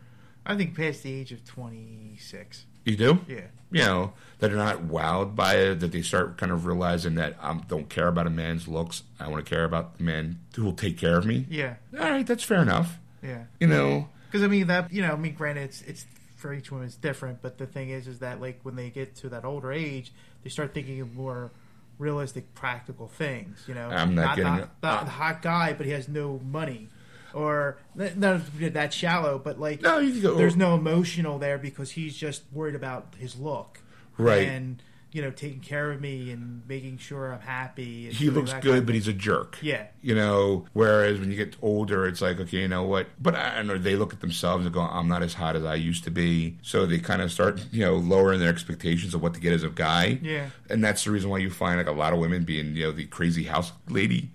S2: I think past the age of twenty six.
S1: you do
S2: Yeah.
S1: you know that are not wowed by it that they start kind of realizing that I don't care about a man's looks. I want to care about the man who will take care of me.
S2: Yeah,
S1: All right, that's fair enough.
S2: yeah.
S1: You know.
S2: Because I mean that you know, I mean, granted, it's it's for each woman it's different, but the thing is, is that like when they get to that older age, they start thinking of more realistic, practical things. You know,
S1: I'm not getting it.
S2: not, not the hot guy, but he has no money, or not not that shallow, but like
S1: No, you can go. "Oh,
S2: there's no emotional there because he's just worried about his look,
S1: Right.
S2: And you know, taking care of me and making sure I'm happy. And
S1: he
S2: doing
S1: looks
S2: that kind
S1: good,
S2: of
S1: but he's a jerk.
S2: Yeah.
S1: You know, whereas when you get older, it's like, okay, you know what? But I don't know. They look at themselves and go, I'm not as hot as I used to be. So they kind of start, you know, lowering their expectations of what to get as a guy.
S2: Yeah.
S1: And that's the reason why you find like a lot of women being, you know, the crazy house lady,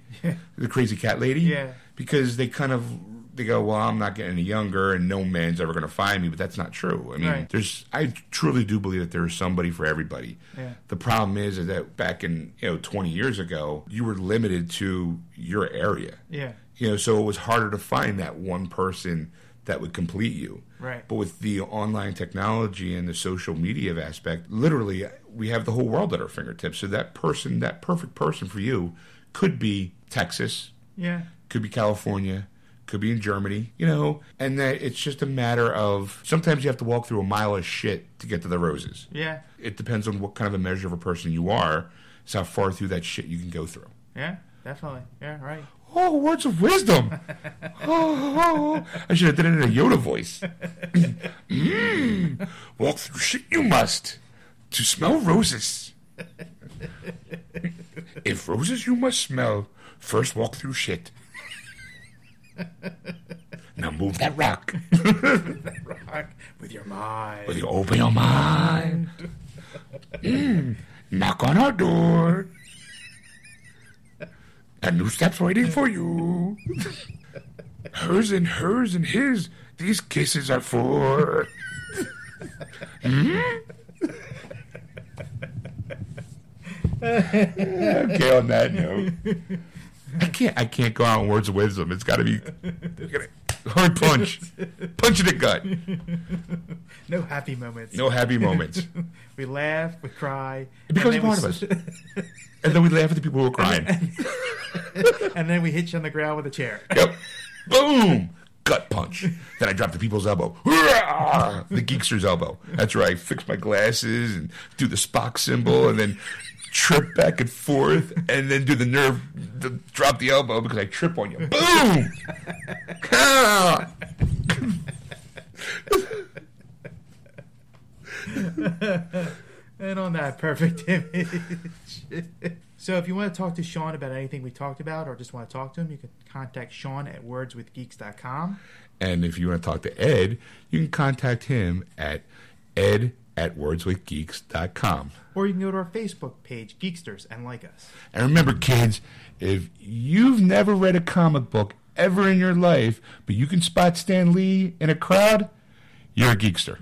S1: the crazy cat lady.
S2: Yeah.
S1: Because they kind of. They go, well, I'm not getting any younger, and no man's ever going to find me. But that's not true. I mean,
S2: Right.
S1: there's, I truly do believe that there is somebody for everybody.
S2: Yeah.
S1: The problem is, is that back in you know 20 years ago, you were limited to your area.
S2: yeah,
S1: You know, so it was harder to find that one person that would complete you.
S2: Right.
S1: But with the online technology and the social media aspect, literally we have the whole world at our fingertips. So that person, that perfect person for you, could be Texas,
S2: yeah,
S1: could be California, could be in Germany, you know, and that it's just a matter of sometimes you have to walk through a mile of shit to get to the roses
S2: yeah,
S1: it depends on what kind of a measure of a person you are. It's how far through that shit you can go through.
S2: yeah, definitely, yeah, right.
S1: Oh, words of wisdom. oh, oh, oh. I should have done it in a Yoda voice. mm, walk through shit you must to smell roses. if roses you must smell, first walk through shit. now move that rock.
S2: Rock with your mind.
S1: Will you open your mind? Mm, knock on our door. A new step's waiting for you. Hers and hers and his. These kisses are for. Mm? okay, on that note, I can't. I can't go out in words of wisdom. It's got to be hard punch, punch in the gut.
S2: no happy moments.
S1: No happy moments.
S2: we laugh, we cry.
S1: It becomes
S2: and then
S1: part
S2: we-
S1: of And then we laugh at the people who are crying.
S2: and then we hit you on the ground with a chair.
S1: yep. Boom. Gut punch. Then I drop the people's elbow. Hurrah! The geekster's elbow. That's where I fix my glasses and do the Spock symbol and then trip back and forth and then do the nerve, the, drop the elbow because I trip on you. Boom! Ah!
S2: And on that perfect image. so if you want to talk to Sean about anything we talked about or just want to talk to him, you can contact Sean at wordswithgeeks.com.
S1: And if you want to talk to Ed, you can contact him at ed at wordswithgeeks.com.
S2: Or you can go to our Facebook page, Geeksters, and like us.
S1: And remember, kids, if you've never read a comic book ever in your life, but you can spot Stan Lee in a crowd, you're a geekster.